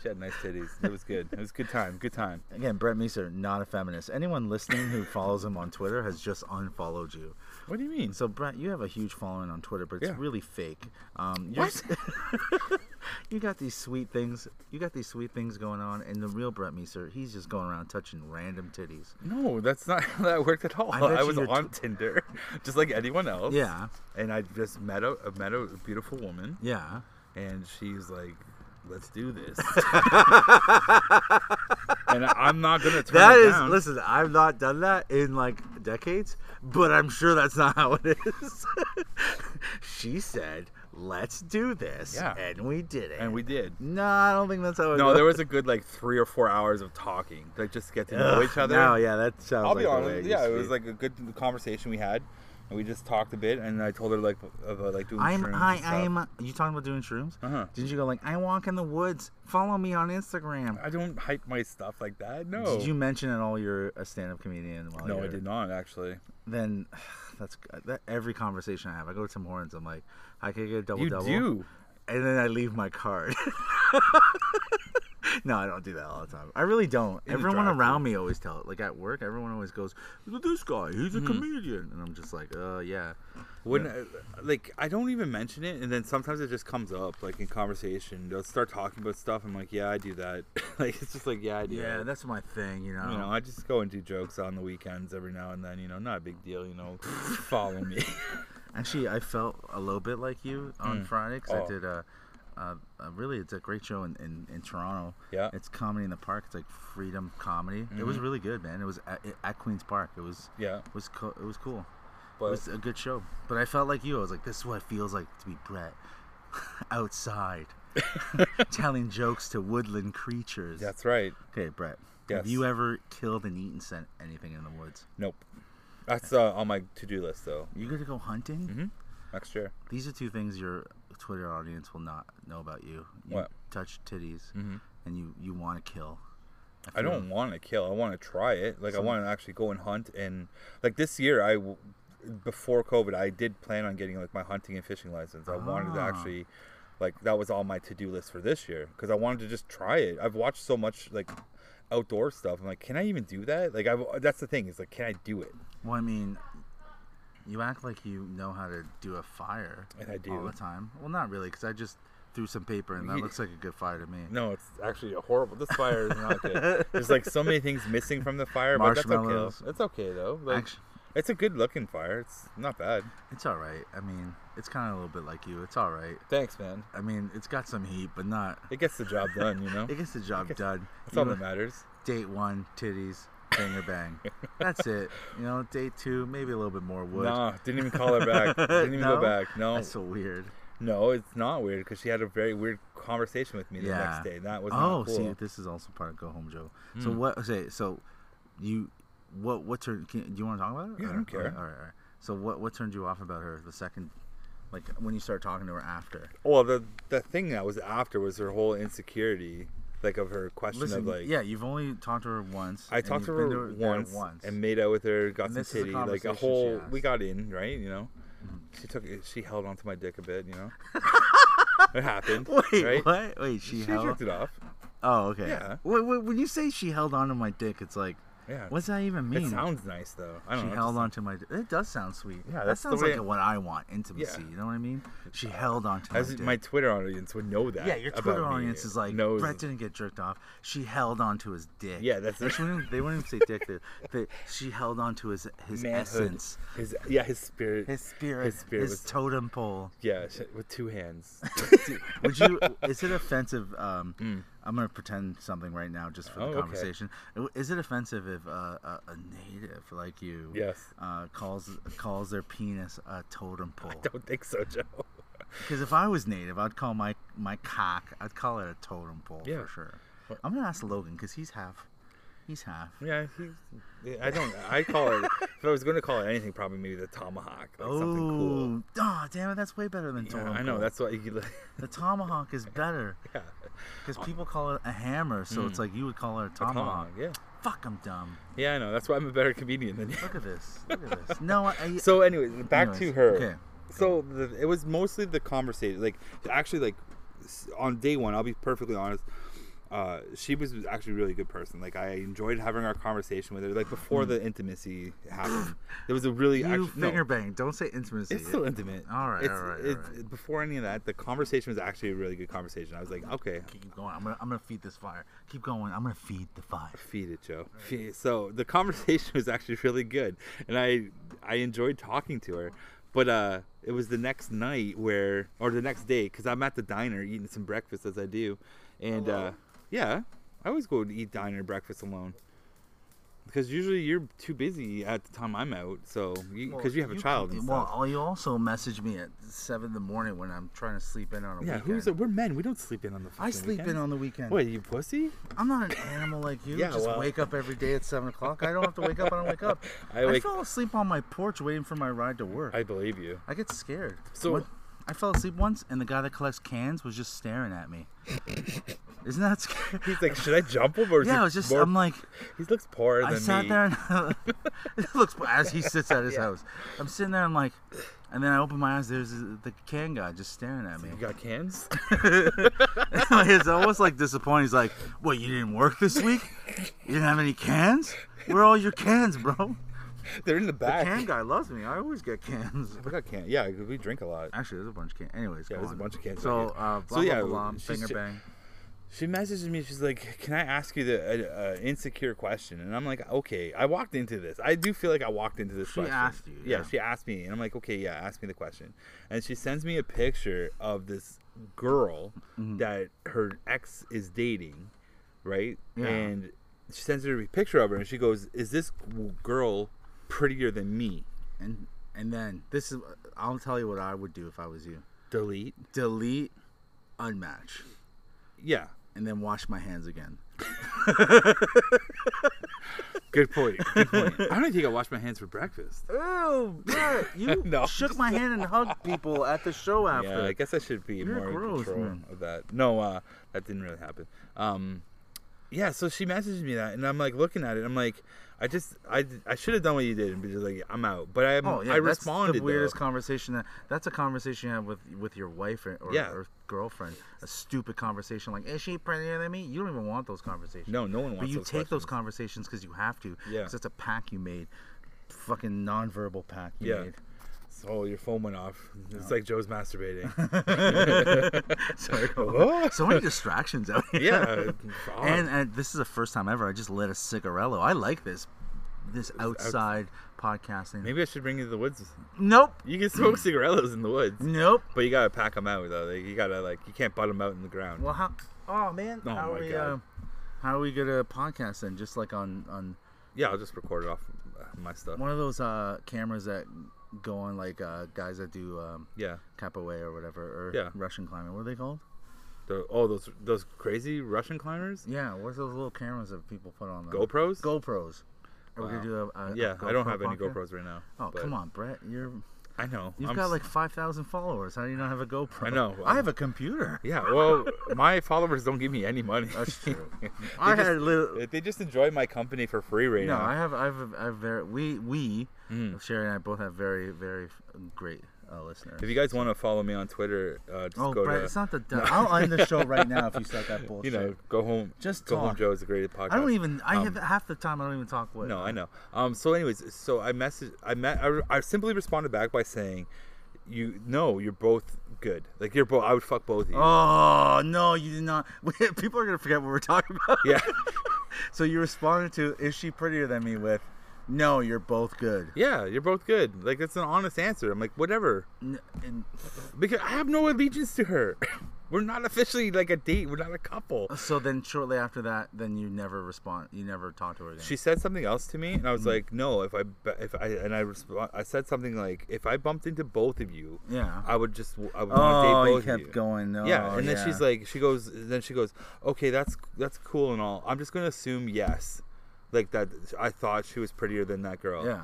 Speaker 2: she had nice titties. It was good. It was a good time. Good time.
Speaker 1: *laughs* Again, Brett Meeser, not a feminist. Anyone listening who follows him on Twitter has just unfollowed you.
Speaker 2: What do you mean?
Speaker 1: And so, Brett, you have a huge following on Twitter, but it's
Speaker 2: Yeah.
Speaker 1: really fake. Um, you're
Speaker 2: What?
Speaker 1: s- *laughs* you got these sweet things. You got these sweet things going on, and the real Brett Meeser, he's just going around touching random titties.
Speaker 2: No, that's not how that worked at all.
Speaker 1: I
Speaker 2: I,
Speaker 1: bet you
Speaker 2: was
Speaker 1: your
Speaker 2: on Tinder, just like anyone else.
Speaker 1: Yeah,
Speaker 2: And I just met a I met a beautiful woman,
Speaker 1: yeah.
Speaker 2: and she's like, "Let's
Speaker 1: *laughs*
Speaker 2: do this." and I'm not gonna turn
Speaker 1: That
Speaker 2: it
Speaker 1: is.
Speaker 2: down.
Speaker 1: Listen, I've not done that in like decades, but I'm sure that's not how it is. *laughs* she said, "Let's do this,"
Speaker 2: Yeah.
Speaker 1: and we did it.
Speaker 2: And we did.
Speaker 1: No, I don't think that's how it
Speaker 2: No,
Speaker 1: goes.
Speaker 2: there was a good like three or four hours of talking, like just to get to know
Speaker 1: Ugh,
Speaker 2: each other.
Speaker 1: No, yeah, that sounds.
Speaker 2: I'll
Speaker 1: like
Speaker 2: be
Speaker 1: the way
Speaker 2: honest.
Speaker 1: used
Speaker 2: Yeah,
Speaker 1: to
Speaker 2: it was
Speaker 1: be.
Speaker 2: like a good conversation we had, and we just talked a bit. And I told her like about like doing.
Speaker 1: I'm.
Speaker 2: shrooms
Speaker 1: Hi,
Speaker 2: and stuff.
Speaker 1: I'm. You talking about doing shrooms?
Speaker 2: Uh-huh.
Speaker 1: Didn't you go like I walk in the woods? Follow me on Instagram.
Speaker 2: I don't hype my stuff like that. No.
Speaker 1: Did you mention at all you're a stand-up comedian? While
Speaker 2: No, I
Speaker 1: you're-
Speaker 2: did not actually.
Speaker 1: Then, *sighs* that's that. Every conversation I have, I go to Tim Hortons. I'm like, I could get a double
Speaker 2: you
Speaker 1: double.
Speaker 2: do.
Speaker 1: And then I leave my card. *laughs* no, I don't do that all the time. I really don't.
Speaker 2: the
Speaker 1: everyone
Speaker 2: drive-thru.
Speaker 1: around me always tell it. Like at work, everyone always goes, "Look at "This guy, he's a
Speaker 2: Mm-hmm.
Speaker 1: comedian," and I'm just like, "Uh, yeah."
Speaker 2: When I- like I don't even mention it, and then sometimes it just comes up like in conversation. They'll start talking about stuff. I'm like, yeah, I do that. *laughs* like it's just like, yeah, I do.
Speaker 1: Yeah,
Speaker 2: that.
Speaker 1: that's my thing, you know.
Speaker 2: You know,
Speaker 1: *laughs*
Speaker 2: I just go and do jokes on the weekends every now and then. You know, not a big deal. You know, follow me. *laughs*
Speaker 1: Actually, I felt a little bit like you on Friday 'cause
Speaker 2: Oh.
Speaker 1: I did a, a, a really it's a great show in, in, in Toronto.
Speaker 2: Yeah. Mm-hmm.
Speaker 1: it's comedy in the park. It's like Freedom Comedy. It was really good, man. It was at, at Queens Park. It was
Speaker 2: Yeah.
Speaker 1: it was co- it was cool.
Speaker 2: But
Speaker 1: it was a good show. But I felt like you. I was like, this is what it feels like to be Brett *laughs*
Speaker 2: *laughs*
Speaker 1: outside, telling jokes to woodland creatures.
Speaker 2: that's right.
Speaker 1: Okay, Brett.
Speaker 2: Yes.
Speaker 1: Have you ever killed and eaten sent anything in the woods?
Speaker 2: Nope. That's uh, on my to-do list though.
Speaker 1: You gonna go hunting?
Speaker 2: Mm-hmm. Next year.
Speaker 1: These are two things your Twitter audience will not know about you. You
Speaker 2: What? Mm-hmm.
Speaker 1: touch titties, and you you want to kill.
Speaker 2: I
Speaker 1: feel-
Speaker 2: don't want to kill. I want to try it. Like I want to actually go and hunt and like this year I w- before COVID I did plan on getting like my hunting and fishing license. I wanted to
Speaker 1: Ah.
Speaker 2: actually like that was on my to-do list for this year cuz I wanted to just try it. I've watched so much like outdoor stuff. I'm like, can I even do that? Like I that's the thing. Is like can I do it?
Speaker 1: Well, I mean, you act like you know how to do a fire
Speaker 2: And I
Speaker 1: all
Speaker 2: do.
Speaker 1: the time. Well, not really, because I just threw some paper, and that
Speaker 2: You-
Speaker 1: looks like a good fire to me.
Speaker 2: No, it's actually a horrible. This fire is not *laughs* good. There's like so many things missing from the fire, but that's okay.
Speaker 1: Marshmallows.
Speaker 2: That's okay though. Like,
Speaker 1: Actu-
Speaker 2: it's a good looking fire. It's not bad.
Speaker 1: it's all right. I mean, it's kind of a little bit like you. It's all right.
Speaker 2: Thanks, man.
Speaker 1: I mean, it's got some heat, but not.
Speaker 2: It gets the job done, you know.
Speaker 1: *laughs* It gets the job
Speaker 2: gets-
Speaker 1: done.
Speaker 2: That's
Speaker 1: You
Speaker 2: all
Speaker 1: know,
Speaker 2: that matters.
Speaker 1: date one, titties, banger
Speaker 2: *laughs*
Speaker 1: bang. That's it. You know, date two, maybe a little bit more wood.
Speaker 2: Nah, didn't even call her
Speaker 1: *laughs*
Speaker 2: back. Didn't even go
Speaker 1: No?
Speaker 2: back. No,
Speaker 1: That's so weird.
Speaker 2: no, it's not weird because she had a very weird conversation with me the
Speaker 1: Yeah.
Speaker 2: next day. That was
Speaker 1: Oh,
Speaker 2: not cool. Mm.
Speaker 1: see, this is also part of Go Home Joe. So what? Say so, you what? What turned? Can, do you want to talk about it?
Speaker 2: Yeah, I
Speaker 1: Or-
Speaker 2: don't care.
Speaker 1: All right, all right, all right. So what? What turned you off about her the second, like when you start talking to her after?
Speaker 2: well, the the thing that was after was her whole insecurity, like of her question
Speaker 1: Listen,
Speaker 2: of like.
Speaker 1: yeah, you've only talked to her once.
Speaker 2: I
Speaker 1: and
Speaker 2: talked to
Speaker 1: you've been
Speaker 2: her,
Speaker 1: there
Speaker 2: once,
Speaker 1: *laughs*
Speaker 2: and made out with her, got
Speaker 1: And
Speaker 2: some
Speaker 1: this is a
Speaker 2: titty, like a
Speaker 1: conversation she
Speaker 2: whole. We
Speaker 1: has. Mm-hmm.
Speaker 2: got in, right? You know, she took, she held onto my dick a bit,
Speaker 1: *laughs*
Speaker 2: you know. it happened,
Speaker 1: Wait,
Speaker 2: right?
Speaker 1: what? Wait, she,
Speaker 2: She
Speaker 1: held.
Speaker 2: jerked it off.
Speaker 1: Oh, okay.
Speaker 2: Yeah.
Speaker 1: Wait, wait, when you say she held onto my dick, it's like,
Speaker 2: Yeah.
Speaker 1: what's that even mean?
Speaker 2: It sounds nice though. I don't
Speaker 1: she
Speaker 2: know. it
Speaker 1: held
Speaker 2: just-
Speaker 1: onto my. di- It does sound sweet.
Speaker 2: Yeah,
Speaker 1: that
Speaker 2: that's the
Speaker 1: sounds
Speaker 2: way
Speaker 1: like
Speaker 2: I-
Speaker 1: what I want intimacy.
Speaker 2: Yeah.
Speaker 1: You know what I mean? She held onto my.
Speaker 2: As
Speaker 1: dick.
Speaker 2: my Twitter audience would know that.
Speaker 1: Yeah, your
Speaker 2: about
Speaker 1: Twitter
Speaker 2: me.
Speaker 1: audience is like,
Speaker 2: knows-
Speaker 1: Brett didn't get jerked off. She held onto his dick.
Speaker 2: Yeah, that's-
Speaker 1: they wouldn't, they wouldn't say dick. They, they, she held onto his his
Speaker 2: manhood.
Speaker 1: essence,
Speaker 2: His yeah, his spirit.
Speaker 1: his spirit,
Speaker 2: His
Speaker 1: his,
Speaker 2: spirit was
Speaker 1: totem
Speaker 2: *laughs*
Speaker 1: pole.
Speaker 2: yeah, sh- with two
Speaker 1: *laughs*
Speaker 2: hands. *laughs*
Speaker 1: Would you? is it offensive? Um, I'm gonna pretend something right now just for
Speaker 2: Hmm. Oh, okay.
Speaker 1: the conversation. I- Is it offensive if uh, a, a native like you
Speaker 2: Yes.
Speaker 1: uh, calls calls their penis a totem pole?
Speaker 2: don't think so, Joe.
Speaker 1: Because if I was native, I'd call my my cock. I'd call it a totem pole
Speaker 2: Yeah.
Speaker 1: for sure. I'm gonna ask Logan because he's half. He's half.
Speaker 2: Yeah, he's. yeah, I don't. I call it. if I was going to call it anything, probably maybe the tomahawk, like something cool.
Speaker 1: Oh, aw, damn it! That's way better than
Speaker 2: Yeah,
Speaker 1: totem.
Speaker 2: I know.
Speaker 1: pole.
Speaker 2: That's why. You,
Speaker 1: the tomahawk is better
Speaker 2: *laughs* yeah,
Speaker 1: because people call it a hammer, so it's like you would call it a tomahawk.
Speaker 2: Mm. tomahawk. Yeah.
Speaker 1: Fuck, I'm dumb.
Speaker 2: Yeah, I know. That's why I'm a better comedian than you.
Speaker 1: Look at this. Look at this. No, I, I-
Speaker 2: So, anyways, back to
Speaker 1: Anyways,
Speaker 2: her.
Speaker 1: okay.
Speaker 2: So the, it was mostly the conversation. Like actually, like s- on day one, I'll be perfectly honest. Uh, she was actually a really good person. Like I enjoyed having our conversation with her. Like before the intimacy happened, it was a really
Speaker 1: Mm. you
Speaker 2: actu- no,
Speaker 1: finger bang. Don't say intimacy.
Speaker 2: it's still intimate.
Speaker 1: All right,
Speaker 2: It's-
Speaker 1: all right, all
Speaker 2: it's- Before any of that, the conversation was actually a really good conversation. I was like, okay,
Speaker 1: Keep going. I'm gonna, I'm gonna feed this fire. Keep going. I'm gonna feed the fire.
Speaker 2: feed it joe *laughs* Feed it. so the conversation *laughs* was actually really good and i i enjoyed talking to her but uh it was the next night where or the next day because i'm at the diner eating some breakfast as i do and uh yeah i always go to eat diner breakfast alone because usually you're too busy at the time i'm out so because you, 'cause you have a child and
Speaker 1: well,
Speaker 2: stuff.
Speaker 1: oh, you also message me at seven in the morning when I'm trying to sleep in on a
Speaker 2: yeah
Speaker 1: weekend.
Speaker 2: who's we're men we don't sleep in on the
Speaker 1: I
Speaker 2: fucking
Speaker 1: sleep in
Speaker 2: weekends.
Speaker 1: on the weekend.
Speaker 2: Wait, you pussy?
Speaker 1: I'm not an animal like you.
Speaker 2: Yeah,
Speaker 1: just
Speaker 2: well-
Speaker 1: wake up every day at seven o'clock. I don't have to wake up. I don't wake up.
Speaker 2: *laughs* I
Speaker 1: I,
Speaker 2: wake-
Speaker 1: fell asleep on my porch waiting for my ride to work. I,
Speaker 2: I believe you.
Speaker 1: get scared.
Speaker 2: So-
Speaker 1: I fell asleep once, and the guy that collects cans was just staring at
Speaker 2: *laughs*
Speaker 1: me. Isn't that scary?
Speaker 2: He's *laughs* like, should I jump him or is
Speaker 1: Yeah,
Speaker 2: he
Speaker 1: I was just.
Speaker 2: more-
Speaker 1: I'm like,
Speaker 2: he looks poorer than
Speaker 1: I sat
Speaker 2: me.
Speaker 1: there and *laughs* it looks as he sits at his house. I'm sitting there. I'm like, and then I open my eyes. There's the can guy just staring
Speaker 2: *laughs*
Speaker 1: at me. *laughs*
Speaker 2: You got cans?
Speaker 1: it's almost like disappointing. He's like, "What? You didn't work this week? You didn't have any cans? Where are all your cans, bro?"
Speaker 2: They're in
Speaker 1: The
Speaker 2: the back.
Speaker 1: can guy loves me. I always get cans.
Speaker 2: We got can. Yeah, 'cause we drink a lot.
Speaker 1: Actually, there's a bunch of cans. Anyways,
Speaker 2: Yeah,
Speaker 1: go
Speaker 2: there's a
Speaker 1: on.
Speaker 2: bunch of cans
Speaker 1: So,
Speaker 2: out here.
Speaker 1: uh, blah
Speaker 2: So, yeah,
Speaker 1: blah blah,
Speaker 2: she's
Speaker 1: finger
Speaker 2: ch-
Speaker 1: bang.
Speaker 2: she messages me. She's like, "Can I ask you the uh, uh, insecure question?" And I'm like, "Okay." I walked into this. I do feel like I walked into this.
Speaker 1: She
Speaker 2: question.
Speaker 1: asked you, yeah.
Speaker 2: she asked me, and I'm like, "Okay, yeah, ask me the question." And she sends me a picture of this girl
Speaker 1: Mm-hmm.
Speaker 2: that her ex is dating, right?
Speaker 1: Yeah.
Speaker 2: And she sends her a picture of her, and she goes, "Is this w- girl prettier than me?"
Speaker 1: And and then this is I'll tell you what I would do if I was you.
Speaker 2: Delete.
Speaker 1: Delete, unmatch,
Speaker 2: Yeah.
Speaker 1: and then wash my hands again.
Speaker 2: Good point. Good *laughs* point. I don't think I washed my hands for breakfast.
Speaker 1: Oh,
Speaker 2: *laughs*
Speaker 1: bro, you
Speaker 2: No.
Speaker 1: shook my hand and hugged people at the show after.
Speaker 2: Yeah, I guess I should be
Speaker 1: You're
Speaker 2: more
Speaker 1: gross,
Speaker 2: in control
Speaker 1: man.
Speaker 2: of that. No, uh, that didn't really happen. Um, yeah, so she messaged me that, and I'm like looking at it. I'm like, I just, I, I should have done what you did and be just like, I'm out. But I,
Speaker 1: Oh yeah,
Speaker 2: I
Speaker 1: that's
Speaker 2: responded.
Speaker 1: the weirdest
Speaker 2: though.
Speaker 1: conversation. That, that's a conversation you have with with your wife or, or,
Speaker 2: Yeah.
Speaker 1: or girlfriend. A stupid conversation like, "Is she prettier than me?" You don't even want those conversations.
Speaker 2: No, no one wants.
Speaker 1: but you
Speaker 2: those
Speaker 1: take those
Speaker 2: questions.
Speaker 1: conversations because you have to.
Speaker 2: Yeah.
Speaker 1: 'cause it's a pack you made, fucking nonverbal pack you
Speaker 2: Yeah. So oh, your phone went off. It's
Speaker 1: Oh.
Speaker 2: like
Speaker 1: *laughs*
Speaker 2: Joe's masturbating.
Speaker 1: made. Sorry.
Speaker 2: *laughs*
Speaker 1: *laughs*
Speaker 2: What?
Speaker 1: so many distractions out here. *laughs*
Speaker 2: yeah. odd.
Speaker 1: And, and this is the first time ever I just lit a cigarello. I like this, this outside podcasting.
Speaker 2: maybe I should bring you to the woods.
Speaker 1: Nope.
Speaker 2: You
Speaker 1: *laughs*
Speaker 2: can smoke cigarillos in the woods,
Speaker 1: Nope.
Speaker 2: but you gotta pack them out though. Like, you gotta like, you can't butt them out in the ground.
Speaker 1: Well, how? Oh man,
Speaker 2: Oh,
Speaker 1: how
Speaker 2: my
Speaker 1: are we?
Speaker 2: God.
Speaker 1: Uh, how are we gonna podcast then? Just like on on
Speaker 2: yeah, I'll just record it off uh, my stuff.
Speaker 1: one of those uh, cameras that go on like uh, guys that do um,
Speaker 2: Yeah.
Speaker 1: capoeira or whatever or
Speaker 2: Yeah.
Speaker 1: Russian climbing. What are they called?
Speaker 2: The, oh, those those crazy Russian climbers,
Speaker 1: Yeah, what's those little cameras that people put on? Them?
Speaker 2: GoPros.
Speaker 1: GoPros. Are we
Speaker 2: Wow.
Speaker 1: gonna do a, a- a
Speaker 2: yeah, I don't
Speaker 1: GoPro
Speaker 2: have any
Speaker 1: podcast?
Speaker 2: GoPros right now.
Speaker 1: Oh
Speaker 2: but
Speaker 1: come on, Brett! You're
Speaker 2: I know.
Speaker 1: you've
Speaker 2: I'm
Speaker 1: got
Speaker 2: s-
Speaker 1: like five thousand followers. How do you not have a GoPro?
Speaker 2: I know.
Speaker 1: I have a computer.
Speaker 2: Yeah. Well, my followers don't give me any money.
Speaker 1: *laughs* That's true.
Speaker 2: They
Speaker 1: I
Speaker 2: just-
Speaker 1: had little.
Speaker 2: *laughs* They just enjoy my company for free right
Speaker 1: No,
Speaker 2: now.
Speaker 1: I have, I have, I have very. We, we,
Speaker 2: Mm.
Speaker 1: Sherry and I both have very, very f- great uh, listeners.
Speaker 2: If you guys want to follow me on Twitter, uh, just
Speaker 1: oh,
Speaker 2: go
Speaker 1: Brett,
Speaker 2: to
Speaker 1: it's not the. done. I'll end the show right now *laughs* if you uh, start that bullshit.
Speaker 2: you know go home.
Speaker 1: Just
Speaker 2: go home.
Speaker 1: talk.
Speaker 2: Joe is the greatest podcast.
Speaker 1: I don't even. I
Speaker 2: um,
Speaker 1: have half the time. I don't even talk with.
Speaker 2: No, I know. Um. So, anyways, so I messaged. I met. I, I simply responded back by saying, "You no, you're both good. Like you're both. I would fuck both of you.
Speaker 1: Oh no, you did
Speaker 2: *laughs*
Speaker 1: not. *laughs* People are gonna forget what we're talking about.
Speaker 2: Yeah.
Speaker 1: *laughs*
Speaker 2: *laughs*
Speaker 1: So you responded to, "Is she prettier than me?" With, "No, you're both good."
Speaker 2: Yeah, you're both good. Like that's an honest answer. I'm like, whatever.
Speaker 1: N- and-
Speaker 2: Because I have no allegiance to her. *laughs* We're not officially like a date. We're not a couple.
Speaker 1: so then, shortly after that, then you never respond. You never talk to her again.
Speaker 2: She said something else to me, and I
Speaker 1: Mm.
Speaker 2: was like, no. If I bu- if I and I respond, I said something like, if I bumped into both of you,
Speaker 1: yeah.
Speaker 2: I would just I would want to
Speaker 1: oh,
Speaker 2: date
Speaker 1: you
Speaker 2: both
Speaker 1: kept
Speaker 2: of you.
Speaker 1: going. Oh, No,
Speaker 2: yeah, and then she's like, she goes, then she goes, okay, that's that's cool and all. I'm just gonna assume yes, like that. I thought she was prettier than that girl.
Speaker 1: "Yeah."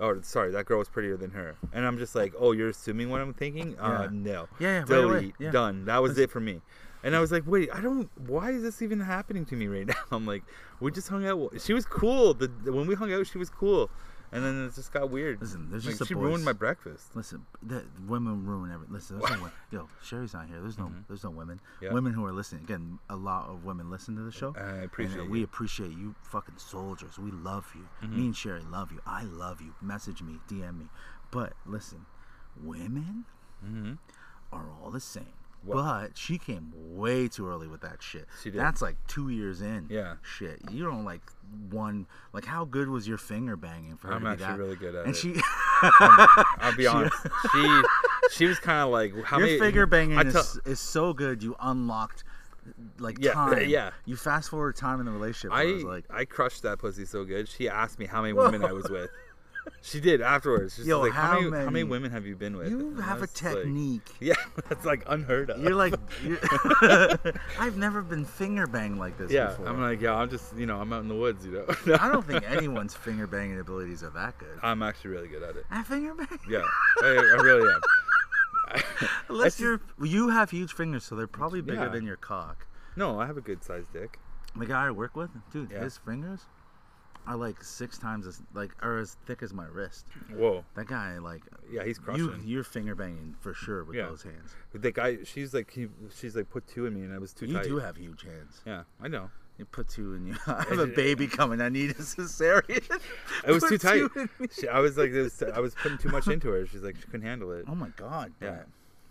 Speaker 2: Or Oh, sorry, that girl was prettier than her. And I'm just like, oh, you're assuming what I'm thinking? Uh,
Speaker 1: Yeah.
Speaker 2: no.
Speaker 1: Yeah, yeah, right away.
Speaker 2: Delete.
Speaker 1: Yeah.
Speaker 2: Done. That was it for me. And I was like, wait, I don't. Why is this even happening to me right *laughs* now? I'm like, we just hung out. She was cool. The, the- when we hung out, she was cool. And then it just got weird.
Speaker 1: Listen, there's
Speaker 2: Like,
Speaker 1: just a
Speaker 2: she
Speaker 1: boys-
Speaker 2: ruined my breakfast.
Speaker 1: Listen, that women ruin everything. Listen, there's no wo- yo, Sherry's not here. There's no, there's no women.
Speaker 2: Mm-hmm. Yeah.
Speaker 1: Women who are listening. Again, a lot of women listen to the show.
Speaker 2: I
Speaker 1: And,
Speaker 2: appreciate
Speaker 1: uh,
Speaker 2: you. Mm-hmm.
Speaker 1: we appreciate you, fucking soldiers. We love you. Me and Sherry love you. I love you. Message me, DM me. But listen, women
Speaker 2: Mm-hmm.
Speaker 1: are all the same. But she came way too early with that shit.
Speaker 2: She did.
Speaker 1: That's like two years in.
Speaker 2: Yeah.
Speaker 1: Shit, you don't like one. Like, how good was your finger banging for her? to
Speaker 2: I'm
Speaker 1: be
Speaker 2: actually
Speaker 1: that-
Speaker 2: really good at
Speaker 1: And
Speaker 2: it.
Speaker 1: she.
Speaker 2: *laughs* I'll
Speaker 1: *laughs*
Speaker 2: be honest. she she was kind of like how
Speaker 1: Your
Speaker 2: many
Speaker 1: finger banging
Speaker 2: I tell-
Speaker 1: is, is so good. You unlocked like
Speaker 2: Yeah, *laughs*
Speaker 1: time.
Speaker 2: yeah.
Speaker 1: You fast forward time in the relationship. *laughs*
Speaker 2: I
Speaker 1: I was like,
Speaker 2: I crushed that pussy so good. She asked me how many women I was with. She did afterwards. She's
Speaker 1: *laughs* Yo,
Speaker 2: like,
Speaker 1: how
Speaker 2: many, how many
Speaker 1: many-
Speaker 2: women have you been with?"
Speaker 1: you
Speaker 2: And I
Speaker 1: have a
Speaker 2: was like-
Speaker 1: technique.
Speaker 2: yeah, *laughs* that's like unheard of.
Speaker 1: you're like, you're, *laughs* I've never been finger banged like this
Speaker 2: yeah.
Speaker 1: before.
Speaker 2: I'm like, yeah. I'm just, you know, I'm out in the woods, you know. *laughs*
Speaker 1: I don't think anyone's finger banging abilities are that good.
Speaker 2: I'm actually really good at it.
Speaker 1: I finger bang
Speaker 2: Yeah, I, I really am.
Speaker 1: unless
Speaker 2: just-
Speaker 1: you're you have huge fingers, so they're probably bigger
Speaker 2: Yeah.
Speaker 1: than your cock.
Speaker 2: No, I have a good sized dick.
Speaker 1: The guy I work with, dude,
Speaker 2: Yeah.
Speaker 1: his fingers are like six times as like are as thick as my wrist.
Speaker 2: Whoa.
Speaker 1: That guy like
Speaker 2: Yeah, he's crushing.
Speaker 1: You, you're finger banging for sure with
Speaker 2: Yeah.
Speaker 1: those hands.
Speaker 2: the guy, she's like, he, she's like, put two in me, and I was too
Speaker 1: You
Speaker 2: tight.
Speaker 1: do have huge hands.
Speaker 2: yeah,
Speaker 1: *laughs*
Speaker 2: I know.
Speaker 1: You put two in you. *laughs* I have a
Speaker 2: *laughs*
Speaker 1: baby coming. I need a cesarean.
Speaker 2: It
Speaker 1: *laughs*
Speaker 2: was
Speaker 1: Put
Speaker 2: too tight.
Speaker 1: two in me.
Speaker 2: She, I was like, this, I was putting too much into her. She's like, she couldn't handle it.
Speaker 1: Oh my god.
Speaker 2: Yeah.
Speaker 1: Brett.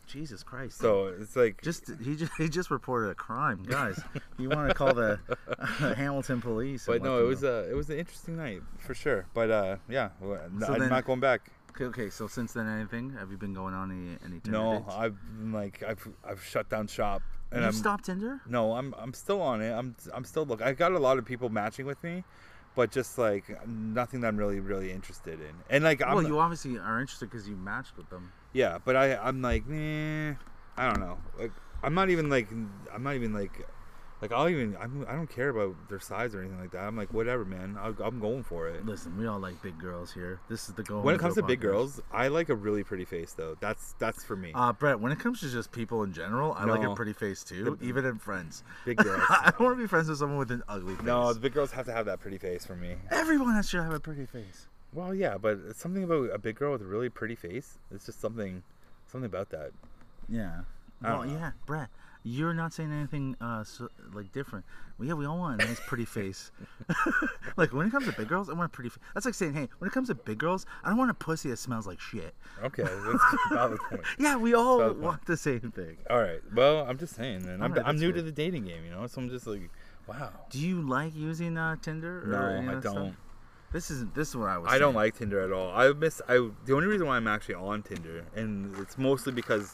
Speaker 1: Jesus Christ.
Speaker 2: So it's like
Speaker 1: just he just he just reported a crime, guys. you want to call the *laughs* Hamilton police? and
Speaker 2: But
Speaker 1: let
Speaker 2: no,
Speaker 1: them
Speaker 2: it was
Speaker 1: know.
Speaker 2: a it was an interesting night for sure. But uh, yeah, well, n-
Speaker 1: So
Speaker 2: I'm
Speaker 1: then-
Speaker 2: not going back.
Speaker 1: okay, okay. So since then, anything? Have you been going on any any Tinder
Speaker 2: No,
Speaker 1: dates?
Speaker 2: I've been, like I've I've shut down shop and
Speaker 1: you
Speaker 2: I'm
Speaker 1: stopped Tinder?
Speaker 2: no, I'm I'm still on it. I'm I'm still look. I got a lot of people matching with me, but just like nothing that I'm really really interested in. And like I'm
Speaker 1: well, you obviously are interested because you matched with them.
Speaker 2: yeah, but I I'm like nah, I don't know. Like I'm not even like I'm not even like. Like I'll even I'm, I don't care about their size or anything like that. I'm like whatever, man. I'll, I'm going for it.
Speaker 1: Listen, we all like big girls here. This is the goal.
Speaker 2: when it comes to big girls, I like a really pretty face though. That's that's for me.
Speaker 1: Uh, Brett, when it comes to just people in general, I like a
Speaker 2: No.
Speaker 1: pretty face too, even in
Speaker 2: *laughs*
Speaker 1: friends. *laughs*
Speaker 2: Big girls.
Speaker 1: I don't want to be friends with someone with an ugly face.
Speaker 2: no, the big girls have to have that pretty face for me.
Speaker 1: everyone has to have a pretty face.
Speaker 2: Well, yeah, but it's something about a big girl with a really pretty face. It's just something, something about that.
Speaker 1: Yeah.
Speaker 2: I don't
Speaker 1: Well,
Speaker 2: know.
Speaker 1: yeah, Brett, you're not saying anything uh, so, like different. Well, yeah, we all want a nice, pretty face. *laughs* like when it comes to big girls, I want a pretty. Fa- That's like saying, hey, when it comes to big girls, I don't want a pussy that smells like shit.
Speaker 2: Okay, that's
Speaker 1: *laughs*
Speaker 2: about the point.
Speaker 1: Yeah, we all
Speaker 2: Valid point.
Speaker 1: want the same thing.
Speaker 2: All right. Well, I'm just saying, man. I'm,
Speaker 1: All right,
Speaker 2: I'm
Speaker 1: that's
Speaker 2: new to
Speaker 1: good.
Speaker 2: the dating game, you know. So I'm just like, wow.
Speaker 1: Do you like using uh, Tinder? Or
Speaker 2: No,
Speaker 1: any of
Speaker 2: I
Speaker 1: that stuff?
Speaker 2: don't.
Speaker 1: This isn't. This is what I was.
Speaker 2: I don't
Speaker 1: saying.
Speaker 2: like Tinder at all. I miss. I the only reason why I'm actually on Tinder, and it's mostly because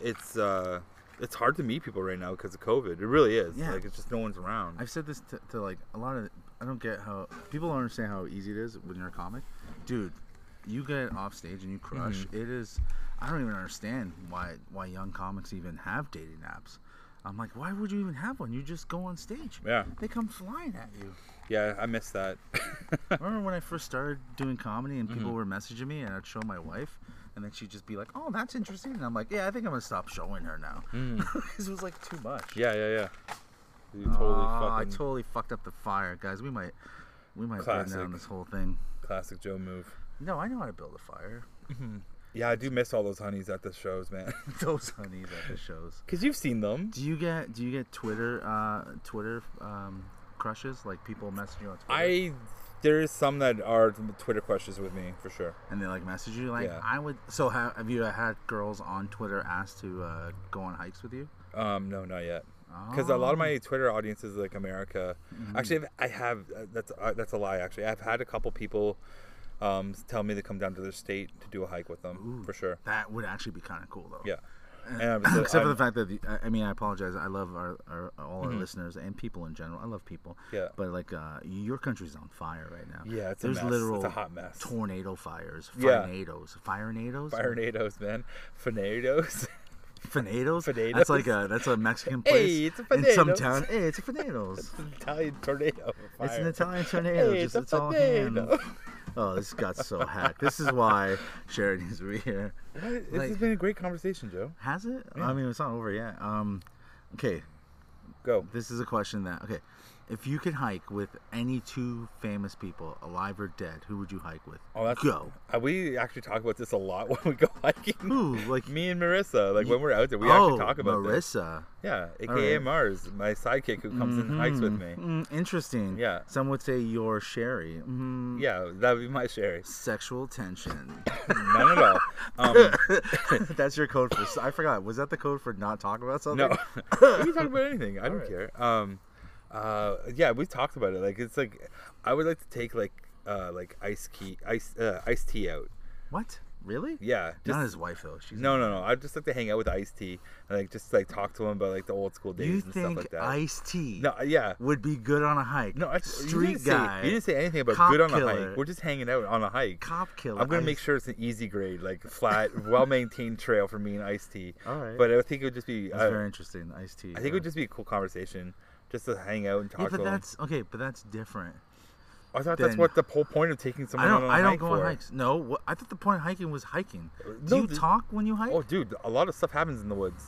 Speaker 2: it's uh, it's hard to meet people right now because of COVID. It really is.
Speaker 1: Yeah.
Speaker 2: Like it's just no one's around.
Speaker 1: I've said this to, to like a lot of. I don't get how people don't understand how easy it is when you're a comic, dude. You get off stage and you crush. It is. I don't even understand why why young comics even have dating apps. I'm like, why would you even have one? You just go on stage.
Speaker 2: Yeah.
Speaker 1: They come flying at you.
Speaker 2: Yeah, I miss that.
Speaker 1: Remember when I first started doing comedy and people were messaging me and I'd show my wife and then she'd just be like, "Oh, that's interesting," and I'm like, "Yeah, I think I'm gonna stop showing her now." *laughs* this was like too much.
Speaker 2: yeah, yeah, yeah. You totally
Speaker 1: Aw, Ah, I
Speaker 2: fucking
Speaker 1: totally fucked up the fire, guys. We might, we might burn
Speaker 2: Classic.
Speaker 1: down this whole thing.
Speaker 2: classic Joe move.
Speaker 1: No, I know how to build a fire. *laughs*
Speaker 2: Yeah, I do miss all those honeys at the shows, man.
Speaker 1: Those honeys at the shows.
Speaker 2: Cause you've seen them.
Speaker 1: Do you get do you get Twitter uh, Twitter um, crushes like people message you on Twitter
Speaker 2: I there is some that are Twitter questions with me for sure.
Speaker 1: and they like message you like
Speaker 2: Yeah.
Speaker 1: I would. So have, have you had girls on Twitter ask to uh, go on hikes with you?
Speaker 2: Um, no, not yet. Because a lot of
Speaker 1: Ah.
Speaker 2: my Twitter audience is like America.
Speaker 1: Mm-hmm.
Speaker 2: Actually, I've- I have. uh, That's uh, that's a lie. Actually, I've had a couple people um, s- tell me to come down to their state to do a hike with them for sure.
Speaker 1: That would actually be kind of cool though.
Speaker 2: Yeah.
Speaker 1: *coughs*
Speaker 2: And I'm, so-
Speaker 1: Eh, Except for the
Speaker 2: I'm-
Speaker 1: fact that the, I- I mean, I apologize. I love our, our all our listeners and people in general. I love people.
Speaker 2: Mm-hmm. Yeah.
Speaker 1: But like, uh, your country's on fire right now.
Speaker 2: Yeah, it's a
Speaker 1: there's
Speaker 2: mess. It's a
Speaker 1: literal
Speaker 2: hot mess.
Speaker 1: Tornado fires,
Speaker 2: Yeah.
Speaker 1: tornadoes, fire nados,
Speaker 2: Firenados, man. Firenados.
Speaker 1: tornadoes.
Speaker 2: Tornadoes.
Speaker 1: That's like a that's a Mexican place
Speaker 2: Hey, it's a
Speaker 1: in some
Speaker 2: tornadoes.
Speaker 1: town. Hey, it's a tornadodoes.
Speaker 2: It's *laughs* an Italian tornado.
Speaker 1: It's an
Speaker 2: Fire.
Speaker 1: Italian tornado.
Speaker 2: Hey,
Speaker 1: just
Speaker 2: it's a
Speaker 1: it's all hands.
Speaker 2: tornado.
Speaker 1: Oh, this got so hacked. This is why Sharon needs to be here.
Speaker 2: What? This
Speaker 1: like-
Speaker 2: has been a great conversation, Joe.
Speaker 1: Has it? I mean, it's not over yet. Um, okay.
Speaker 2: Go.
Speaker 1: This is a question that okay, if you could hike with any two famous people, alive or dead, who would you hike with?
Speaker 2: Oh, that's
Speaker 1: go.
Speaker 2: Uh, we actually talk about this a lot *laughs* when we go hiking.
Speaker 1: Ooh, like
Speaker 2: Me and Marissa, like when we're out there, *laughs* we
Speaker 1: oh,
Speaker 2: actually talk about this.
Speaker 1: Marissa.
Speaker 2: Yeah, aka
Speaker 1: right.
Speaker 2: Mars, my sidekick who comes and hikes with me.
Speaker 1: Mm, interesting.
Speaker 2: Yeah.
Speaker 1: Some would say you're Sherry. Mm,
Speaker 2: Yeah, that would be my Sherry.
Speaker 1: Sexual tension.
Speaker 2: *laughs*
Speaker 1: *laughs*
Speaker 2: None at all. Um,
Speaker 1: that's your code for. I forgot. Was that the code for not talking about something? *laughs*
Speaker 2: no, we can talk about anything. I don't care. Um, uh, yeah, we talked about it. Like it's like I would like to take like uh, like ice key ice uh, ice tea out.
Speaker 1: What? Really?
Speaker 2: Yeah, just
Speaker 1: not his wife though. She's
Speaker 2: no, no, no. I'd just like to hang out with Ice T and like just like talk to him about like the old school days
Speaker 1: You
Speaker 2: and stuff
Speaker 1: think
Speaker 2: like that.
Speaker 1: Ice Tea
Speaker 2: no, yeah.
Speaker 1: would be good on a hike?
Speaker 2: No, I,
Speaker 1: street
Speaker 2: you didn't
Speaker 1: guy.
Speaker 2: Say, you didn't say anything about
Speaker 1: cop
Speaker 2: good on a
Speaker 1: killer.
Speaker 2: hike. We're just hanging out on a hike.
Speaker 1: Cop killer.
Speaker 2: I'm gonna
Speaker 1: Ice
Speaker 2: make sure it's an easy grade,
Speaker 1: *laughs*
Speaker 2: like flat, well maintained trail for me and Ice T.
Speaker 1: All right.
Speaker 2: But I think it would just be.
Speaker 1: That's
Speaker 2: uh,
Speaker 1: very interesting. Ice tea.
Speaker 2: I think it would just be a cool conversation, just to hang out and talk
Speaker 1: Yeah,
Speaker 2: to
Speaker 1: but
Speaker 2: them.
Speaker 1: that's okay. But that's different.
Speaker 2: I thought
Speaker 1: then-
Speaker 2: that's what the whole point of taking
Speaker 1: I
Speaker 2: someone
Speaker 1: don't.
Speaker 2: on a
Speaker 1: I don't
Speaker 2: hike
Speaker 1: go
Speaker 2: for. Uh,
Speaker 1: on hikes. No, what, I thought the point of hiking was hiking. Do
Speaker 2: no,
Speaker 1: you
Speaker 2: the-
Speaker 1: talk when you hike?
Speaker 2: Oh, dude, a lot of stuff happens in the woods.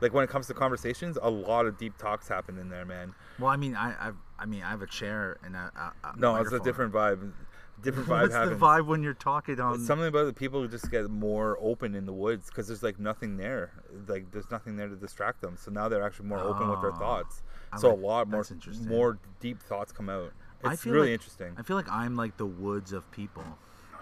Speaker 2: Like when it comes to conversations, a lot of deep talks happen in there, man.
Speaker 1: well, I mean, I, I, I mean, I have a chair and a, a, a
Speaker 2: No, it's a
Speaker 1: microphone.
Speaker 2: different
Speaker 1: *laughs*
Speaker 2: vibe. Different vibe
Speaker 1: What's
Speaker 2: happens.
Speaker 1: the vibe when you're talking on?
Speaker 2: It's something about the people who just get more open in the woods because there's like nothing there. Like there's nothing there to distract them. So now they're actually more open with their
Speaker 1: Oh,
Speaker 2: thoughts.
Speaker 1: I
Speaker 2: so
Speaker 1: like-
Speaker 2: a lot more
Speaker 1: that's interesting.
Speaker 2: more deep thoughts come out.
Speaker 1: I
Speaker 2: It's
Speaker 1: feel
Speaker 2: really
Speaker 1: like-
Speaker 2: interesting.
Speaker 1: I feel like I'm like the woods of people.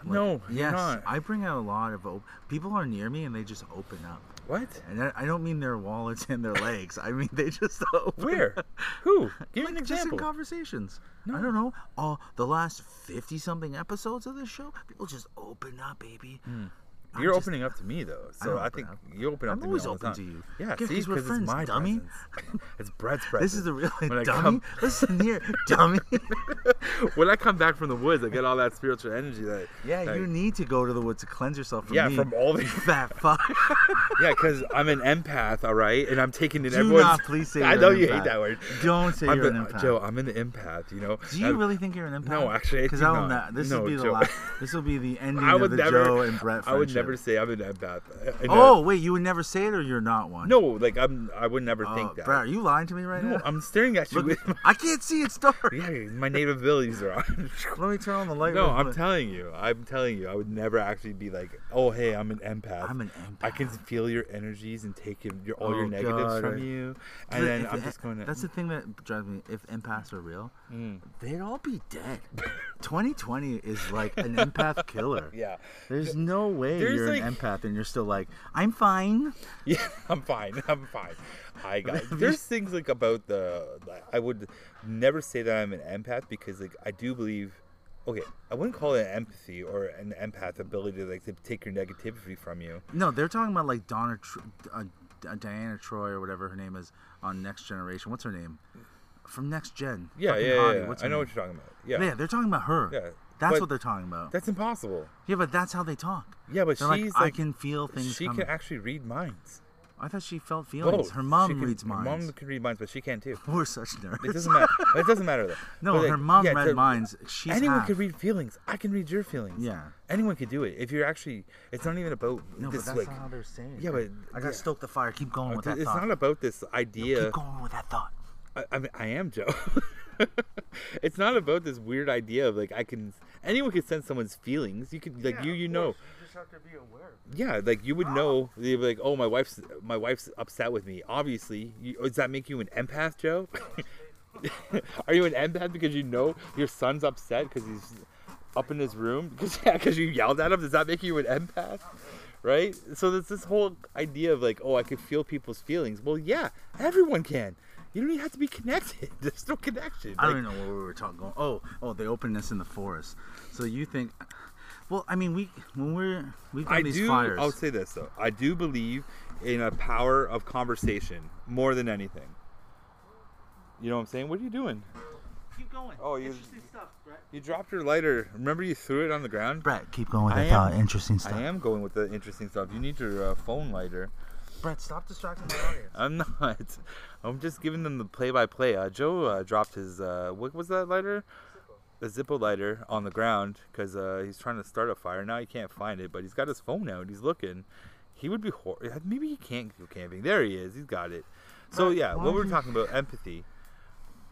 Speaker 1: Like,
Speaker 2: no, you're
Speaker 1: yes,
Speaker 2: not.
Speaker 1: I bring out a lot of op- people are near me and they just open up,
Speaker 2: What?
Speaker 1: *laughs* and I I don't mean their wallets *laughs* and their legs. I mean they just *laughs* open.
Speaker 2: Where?
Speaker 1: up. *laughs*
Speaker 2: Who? Give me
Speaker 1: Like,
Speaker 2: an
Speaker 1: just in
Speaker 2: example.
Speaker 1: conversations. I
Speaker 2: No.
Speaker 1: don't know. All the last fifty something episodes of this show, people just open up, baby. I'm
Speaker 2: Hmm. You're
Speaker 1: just-
Speaker 2: opening up to me though,
Speaker 1: don't
Speaker 2: so I,
Speaker 1: open
Speaker 2: think
Speaker 1: up.
Speaker 2: you open up.
Speaker 1: I'm
Speaker 2: to
Speaker 1: always
Speaker 2: me all the
Speaker 1: open to
Speaker 2: time.
Speaker 1: you.
Speaker 2: Yeah,
Speaker 1: Yeah,
Speaker 2: see,
Speaker 1: 'cause we're
Speaker 2: 'Cause
Speaker 1: friends,
Speaker 2: it's my
Speaker 1: dummy. *laughs*
Speaker 2: presence. it's Brett's presence.
Speaker 1: This is the real
Speaker 2: *laughs* When I
Speaker 1: dummy.
Speaker 2: come-
Speaker 1: *laughs* Listen here,
Speaker 2: *laughs*
Speaker 1: dummy.
Speaker 2: when I come back from the woods, I get all that spiritual energy. That
Speaker 1: yeah,
Speaker 2: that-
Speaker 1: you need to go to the woods to cleanse yourself from
Speaker 2: yeah
Speaker 1: me.
Speaker 2: from all
Speaker 1: you *laughs*
Speaker 2: the
Speaker 1: fat
Speaker 2: *laughs*
Speaker 1: fuck.
Speaker 2: yeah, because I'm an empath, all right, and I'm taking in
Speaker 1: Do
Speaker 2: everyone's.
Speaker 1: not please say
Speaker 2: *laughs* I
Speaker 1: you're
Speaker 2: know
Speaker 1: an
Speaker 2: you
Speaker 1: empath.
Speaker 2: hate that word.
Speaker 1: Don't say
Speaker 2: I'm
Speaker 1: you're
Speaker 2: the-
Speaker 1: an empath.
Speaker 2: Joe, I'm an empath. You know.
Speaker 1: Do you
Speaker 2: I-
Speaker 1: really think you're an empath?
Speaker 2: No, actually, I
Speaker 1: because
Speaker 2: do
Speaker 1: I will
Speaker 2: not.
Speaker 1: not. This
Speaker 2: No,
Speaker 1: will be the
Speaker 2: Joe.
Speaker 1: last. This will be
Speaker 2: *laughs*
Speaker 1: the ending
Speaker 2: I
Speaker 1: of
Speaker 2: would
Speaker 1: the
Speaker 2: never.
Speaker 1: Joe and Brett friendship.
Speaker 2: *laughs* I would never say I'm an empath. In a-
Speaker 1: Oh wait, you would never say it, or you're not one.
Speaker 2: no, like I'm. I would never
Speaker 1: Oh,
Speaker 2: think that.
Speaker 1: Brett, are you lying to me right
Speaker 2: no,
Speaker 1: now?
Speaker 2: I'm staring at you.
Speaker 1: Look,
Speaker 2: with my,
Speaker 1: *laughs* I can't see it dark.
Speaker 2: yeah, my native abilities are
Speaker 1: *laughs*
Speaker 2: on.
Speaker 1: Let me turn on the light.
Speaker 2: No,
Speaker 1: real
Speaker 2: I'm
Speaker 1: quick.
Speaker 2: telling you. I'm telling you. I would never actually be like, oh, hey, I'm an empath.
Speaker 1: I'm an
Speaker 2: I can
Speaker 1: empath.
Speaker 2: feel your energies and take in your, all
Speaker 1: Oh,
Speaker 2: your negatives
Speaker 1: God,
Speaker 2: from
Speaker 1: I-
Speaker 2: you,
Speaker 1: But
Speaker 2: and then
Speaker 1: if
Speaker 2: I'm
Speaker 1: the-
Speaker 2: just going to.
Speaker 1: That's the thing that drives me. If empaths are real,
Speaker 2: Mm.
Speaker 1: they'd all be
Speaker 2: *laughs*
Speaker 1: dead. 2020 is like an empath killer.
Speaker 2: yeah,
Speaker 1: There's no way
Speaker 2: There's
Speaker 1: you're an
Speaker 2: like-
Speaker 1: empath and you're still like, I'm fine.
Speaker 2: *laughs* yeah. I'm fine. I'm fine.
Speaker 1: *laughs*
Speaker 2: I got. There's things like about the. like, I would never say that I'm an empath because like I do believe. Okay, I wouldn't call it empathy or an empath ability to like to take your negativity from you.
Speaker 1: No, they're talking about like Donna, Tr- uh, D- Diana Troy or whatever her name is on Next Generation. What's her name? From Next Gen.
Speaker 2: Yeah,
Speaker 1: Fucking
Speaker 2: yeah, yeah.
Speaker 1: Hottie,
Speaker 2: yeah.
Speaker 1: What's her
Speaker 2: I know
Speaker 1: name?
Speaker 2: what you're talking about. Yeah,
Speaker 1: Yeah, they're talking about her.
Speaker 2: Yeah,
Speaker 1: That's
Speaker 2: but-
Speaker 1: what they're talking about.
Speaker 2: that's impossible.
Speaker 1: yeah, but that's how they talk.
Speaker 2: Yeah, but
Speaker 1: They're like,
Speaker 2: she's like,
Speaker 1: I can feel things
Speaker 2: she
Speaker 1: coming.
Speaker 2: can actually read minds.
Speaker 1: I thought she felt feelings.
Speaker 2: Both.
Speaker 1: Her
Speaker 2: She
Speaker 1: mom
Speaker 2: can-
Speaker 1: reads
Speaker 2: her
Speaker 1: minds.
Speaker 2: Mom can read minds, but she
Speaker 1: *laughs*
Speaker 2: can too.
Speaker 1: We're such
Speaker 2: It
Speaker 1: nerds.
Speaker 2: doesn't matter. it doesn't matter though.
Speaker 1: *laughs* No,
Speaker 2: But, like,
Speaker 1: her mom
Speaker 2: yeah,
Speaker 1: read
Speaker 2: to-
Speaker 1: minds. She's
Speaker 2: Anyone
Speaker 1: half.
Speaker 2: could read feelings. I can read your feelings.
Speaker 1: Yeah.
Speaker 2: Anyone could do it. If you're actually, it's not even about
Speaker 1: No,
Speaker 2: this
Speaker 1: but that's
Speaker 2: like.
Speaker 1: not how they're saying. it.
Speaker 2: Yeah, but-
Speaker 1: I gotta
Speaker 2: yeah.
Speaker 1: stoke the fire. Keep going with that
Speaker 2: it's
Speaker 1: thought.
Speaker 2: not about this idea.
Speaker 1: Keep going with that thought.
Speaker 2: I, I mean, I am Joe. *laughs* it's not about this weird idea of like I can. Anyone could sense someone's feelings. You could like you you know.
Speaker 1: You just have to be aware.
Speaker 2: Yeah, like you would know. You'd be like, oh, my wife's my wife's upset with me. Obviously, you, does that make you an empath, Joe? *laughs* Are you an empath because you know your son's upset because he's up in his room *laughs* because yeah, because you yelled at him? Does that make you an empath? Right. So there's this whole idea of like, oh, I could feel people's feelings. Well, yeah, everyone can. You don't even have to be connected. *laughs* There's no connection.
Speaker 1: I
Speaker 2: Like,
Speaker 1: don't even know what we were talking. Going, oh, oh, they opened this in the forest. So you think? Well, I mean, we when we're we've got
Speaker 2: I
Speaker 1: these
Speaker 2: do.
Speaker 1: fires.
Speaker 2: I'll say this though. I do believe in a power of conversation more than anything. You know what I'm saying? What are you doing?
Speaker 1: keep going.
Speaker 2: Oh, you- Interesting
Speaker 1: stuff, Brett.
Speaker 2: You dropped your lighter. Remember you threw it on the ground?
Speaker 1: Brett, keep going with
Speaker 2: I
Speaker 1: that
Speaker 2: am-
Speaker 1: thought. Interesting stuff.
Speaker 2: I am going with the interesting stuff. You need your uh, phone lighter.
Speaker 1: Brett, stop distracting the audience.
Speaker 2: *laughs* I'm not. I'm just giving them the play-by-play. Uh, Joe uh, dropped his uh, what was that lighter? The Zippo lighter on the ground because uh, he's trying to start a fire. Now he can't find it, but he's got his phone out. He's looking. He would be hor- uh, maybe he can't go camping. There he is. He's got it. So
Speaker 1: Right,
Speaker 2: yeah,
Speaker 1: why
Speaker 2: what we're
Speaker 1: do-
Speaker 2: talking about empathy,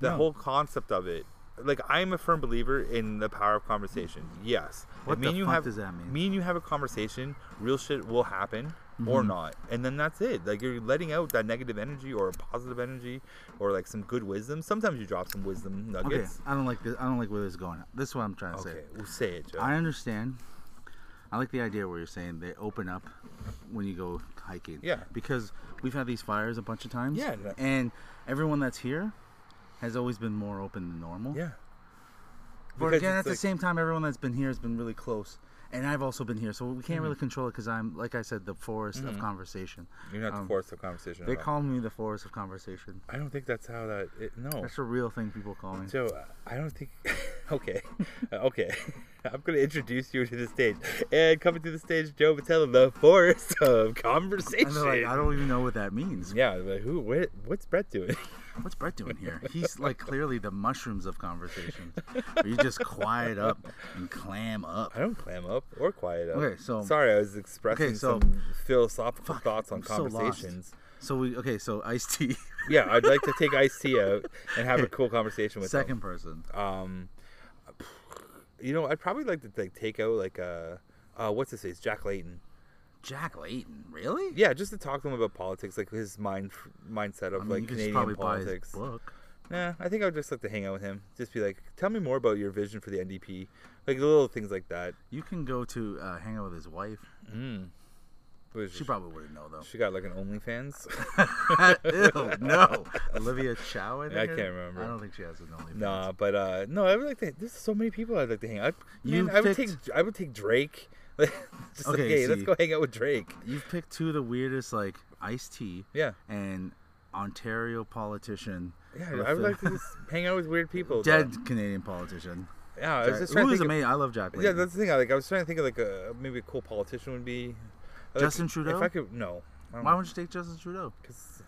Speaker 2: the
Speaker 1: No.
Speaker 2: whole concept of it. Like I'm a firm believer in the power of conversation. Yes. If
Speaker 1: What
Speaker 2: me
Speaker 1: the
Speaker 2: and you
Speaker 1: fuck
Speaker 2: have-
Speaker 1: does that mean?
Speaker 2: Me and you have a conversation. Real shit will happen or
Speaker 1: Mm-hmm.
Speaker 2: not, and then that's it. Like you're letting out that negative energy or positive energy or like some good wisdom. Sometimes you drop some wisdom
Speaker 1: Okay,
Speaker 2: nuggets.
Speaker 1: I don't like this. I don't like where this is going. This is what I'm trying to
Speaker 2: Okay,
Speaker 1: say.
Speaker 2: we'll say it, Joe.
Speaker 1: I understand. I like the idea where you're saying they open up when you go hiking.
Speaker 2: Yeah.
Speaker 1: Because we've had these fires a bunch of times.
Speaker 2: Yeah, no-
Speaker 1: And everyone that's here has always been more open than normal.
Speaker 2: yeah.
Speaker 1: But
Speaker 2: Because
Speaker 1: again,
Speaker 2: it's
Speaker 1: at the
Speaker 2: like-
Speaker 1: same time, everyone that's been here has been really close. And I've also been here, so we
Speaker 2: Mm-hmm.
Speaker 1: can't really control it because I'm, like I said, the forest of conversation.
Speaker 2: You're not
Speaker 1: um,
Speaker 2: the force of conversation.
Speaker 1: They
Speaker 2: at all.
Speaker 1: call me the forest of conversation.
Speaker 2: I don't think that's how that. It, no.
Speaker 1: That's a real thing people call me.
Speaker 2: So I don't think. *laughs* Okay, Uh, okay. *laughs* I'm gonna introduce you to the stage, and coming to the stage, Joe Vitale, the forest of conversation.
Speaker 1: And they're like, I don't even know what that means.
Speaker 2: yeah, like who? What, what's Brett doing? *laughs*
Speaker 1: What's Brett doing here? He's like clearly the mushrooms of conversations. where you just quiet up and clam up.
Speaker 2: I don't clam up or quiet up.
Speaker 1: Okay, so-
Speaker 2: sorry, I was expressing
Speaker 1: Okay, so-
Speaker 2: some philosophical thoughts on
Speaker 1: I'm so lost.
Speaker 2: conversations.
Speaker 1: So we okay. So Ice *laughs* T,
Speaker 2: yeah, I'd like to take Ice T out and have
Speaker 1: *laughs*
Speaker 2: a cool conversation with
Speaker 1: second person.
Speaker 2: him. Um, you know, I'd probably like to like take out like uh, uh what's his face, Jack Layton.
Speaker 1: Jack Layton, really?
Speaker 2: Yeah, just to talk to him about politics, like his mind mindset of
Speaker 1: I mean,
Speaker 2: like
Speaker 1: you could just
Speaker 2: Canadian
Speaker 1: probably
Speaker 2: politics.
Speaker 1: buy his book.
Speaker 2: Nah, I think I would just like to hang out with him. Just be like, tell me more about your vision for the NDP, like little things like that.
Speaker 1: You can go to uh, hang out with his wife.
Speaker 2: Mm. What is
Speaker 1: She probably wouldn't know though.
Speaker 2: She got like an OnlyFans.
Speaker 1: *laughs*
Speaker 2: *laughs*
Speaker 1: Ew, no. Olivia Chow, I think.
Speaker 2: I
Speaker 1: her-
Speaker 2: can't remember.
Speaker 1: I don't think she has an OnlyFans.
Speaker 2: nah, but uh, no, I would like to. There's so many people I'd like to hang out.
Speaker 1: You
Speaker 2: Man, I would take.
Speaker 1: picked-
Speaker 2: I would take Drake. *laughs* Like, just like,
Speaker 1: Okay,
Speaker 2: hey, let's
Speaker 1: see.
Speaker 2: go hang out with Drake.
Speaker 1: You've picked two of the weirdest, like Ice Tea
Speaker 2: Yeah,
Speaker 1: and Ontario politician.
Speaker 2: yeah.
Speaker 1: with
Speaker 2: I would
Speaker 1: the-
Speaker 2: like to just *laughs* hang out with weird people. though.
Speaker 1: dead
Speaker 2: *laughs*
Speaker 1: Canadian politician.
Speaker 2: Yeah, I was just trying
Speaker 1: Who
Speaker 2: to
Speaker 1: is
Speaker 2: think. of-
Speaker 1: amazing? I love Jack.
Speaker 2: Yeah,
Speaker 1: Layton.
Speaker 2: that's the thing. I Like, I was trying to think of like a maybe a cool politician would be. like,
Speaker 1: Justin Trudeau?
Speaker 2: If I could, no. I don't
Speaker 1: Why would you take Justin Trudeau?
Speaker 2: Because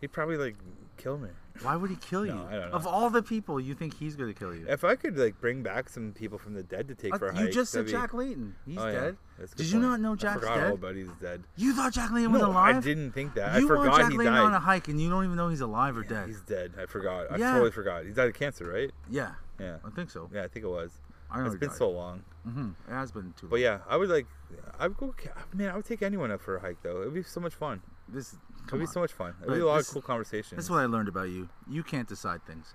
Speaker 2: he'd probably like kill me.
Speaker 1: Why would he kill you?
Speaker 2: No, I don't
Speaker 1: Of
Speaker 2: know.
Speaker 1: all the people, you think he's going to kill you?
Speaker 2: If I could like bring back some people from the dead to take
Speaker 1: Uh,
Speaker 2: for a hike,
Speaker 1: you just said
Speaker 2: that'd be-
Speaker 1: Jack Layton. He's
Speaker 2: Oh, yeah.
Speaker 1: dead.
Speaker 2: That's a good
Speaker 1: Did you
Speaker 2: point.
Speaker 1: not know
Speaker 2: I
Speaker 1: Jack's
Speaker 2: forgot all
Speaker 1: dead?
Speaker 2: about he's dead.
Speaker 1: You thought Jack Layton was
Speaker 2: No,
Speaker 1: alive?
Speaker 2: I didn't think that.
Speaker 1: You
Speaker 2: I
Speaker 1: want
Speaker 2: forgot
Speaker 1: Jack
Speaker 2: he
Speaker 1: Layton
Speaker 2: died.
Speaker 1: on a hike and you don't even know he's alive or dead.
Speaker 2: He's dead. I forgot. I
Speaker 1: Yeah.
Speaker 2: totally forgot. He's died of cancer, right?
Speaker 1: Yeah,
Speaker 2: Yeah.
Speaker 1: I think so.
Speaker 2: Yeah, I think it was.
Speaker 1: I know
Speaker 2: It's
Speaker 1: he
Speaker 2: been
Speaker 1: died.
Speaker 2: so long.
Speaker 1: Mhm, It has been too long.
Speaker 2: But yeah, I would like. I would go. Man, I would take anyone out for a hike though. It'd be so much fun.
Speaker 1: This,
Speaker 2: It'd
Speaker 1: come
Speaker 2: be
Speaker 1: on.
Speaker 2: so much fun. It'd
Speaker 1: But
Speaker 2: be a lot
Speaker 1: this-
Speaker 2: of cool conversations.
Speaker 1: This is what I learned about you. You can't decide things.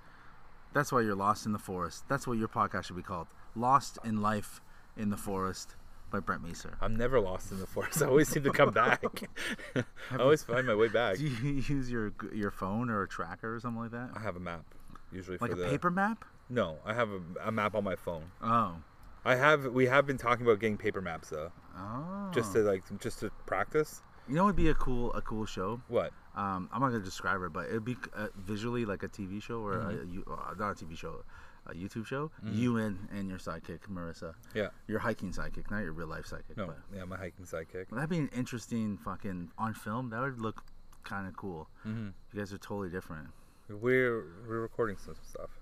Speaker 1: That's why you're lost in the forest. That's what your podcast should be called. Lost in Life in the Forest by Brent Meeser.
Speaker 2: I'm never lost in the forest. *laughs* I always seem to
Speaker 1: *laughs*
Speaker 2: come back. *laughs* I always find my way back.
Speaker 1: Do you *laughs* use your your phone or a tracker or something like that?
Speaker 2: I have a map usually
Speaker 1: Like
Speaker 2: for
Speaker 1: a
Speaker 2: the
Speaker 1: paper map?
Speaker 2: No, I have a, a map on my phone.
Speaker 1: Oh.
Speaker 2: I have we have been talking about getting paper maps though,
Speaker 1: Oh.
Speaker 2: just to like just to practice.
Speaker 1: You know what would be a cool a cool show?
Speaker 2: What?
Speaker 1: Um, I'm not going to describe it, but it would be uh, visually like a TV show or a
Speaker 2: Mm-hmm.
Speaker 1: you uh, not a TV show, a YouTube show. You and, and your sidekick, Marissa.
Speaker 2: Yeah.
Speaker 1: Your hiking sidekick, not your real life sidekick.
Speaker 2: No.
Speaker 1: but-
Speaker 2: Yeah, my hiking sidekick.
Speaker 1: Well, that'd be an interesting fucking on film. That would look kind of cool. Mm-hmm. You guys are totally different.
Speaker 2: We're we're recording some stuff. *laughs*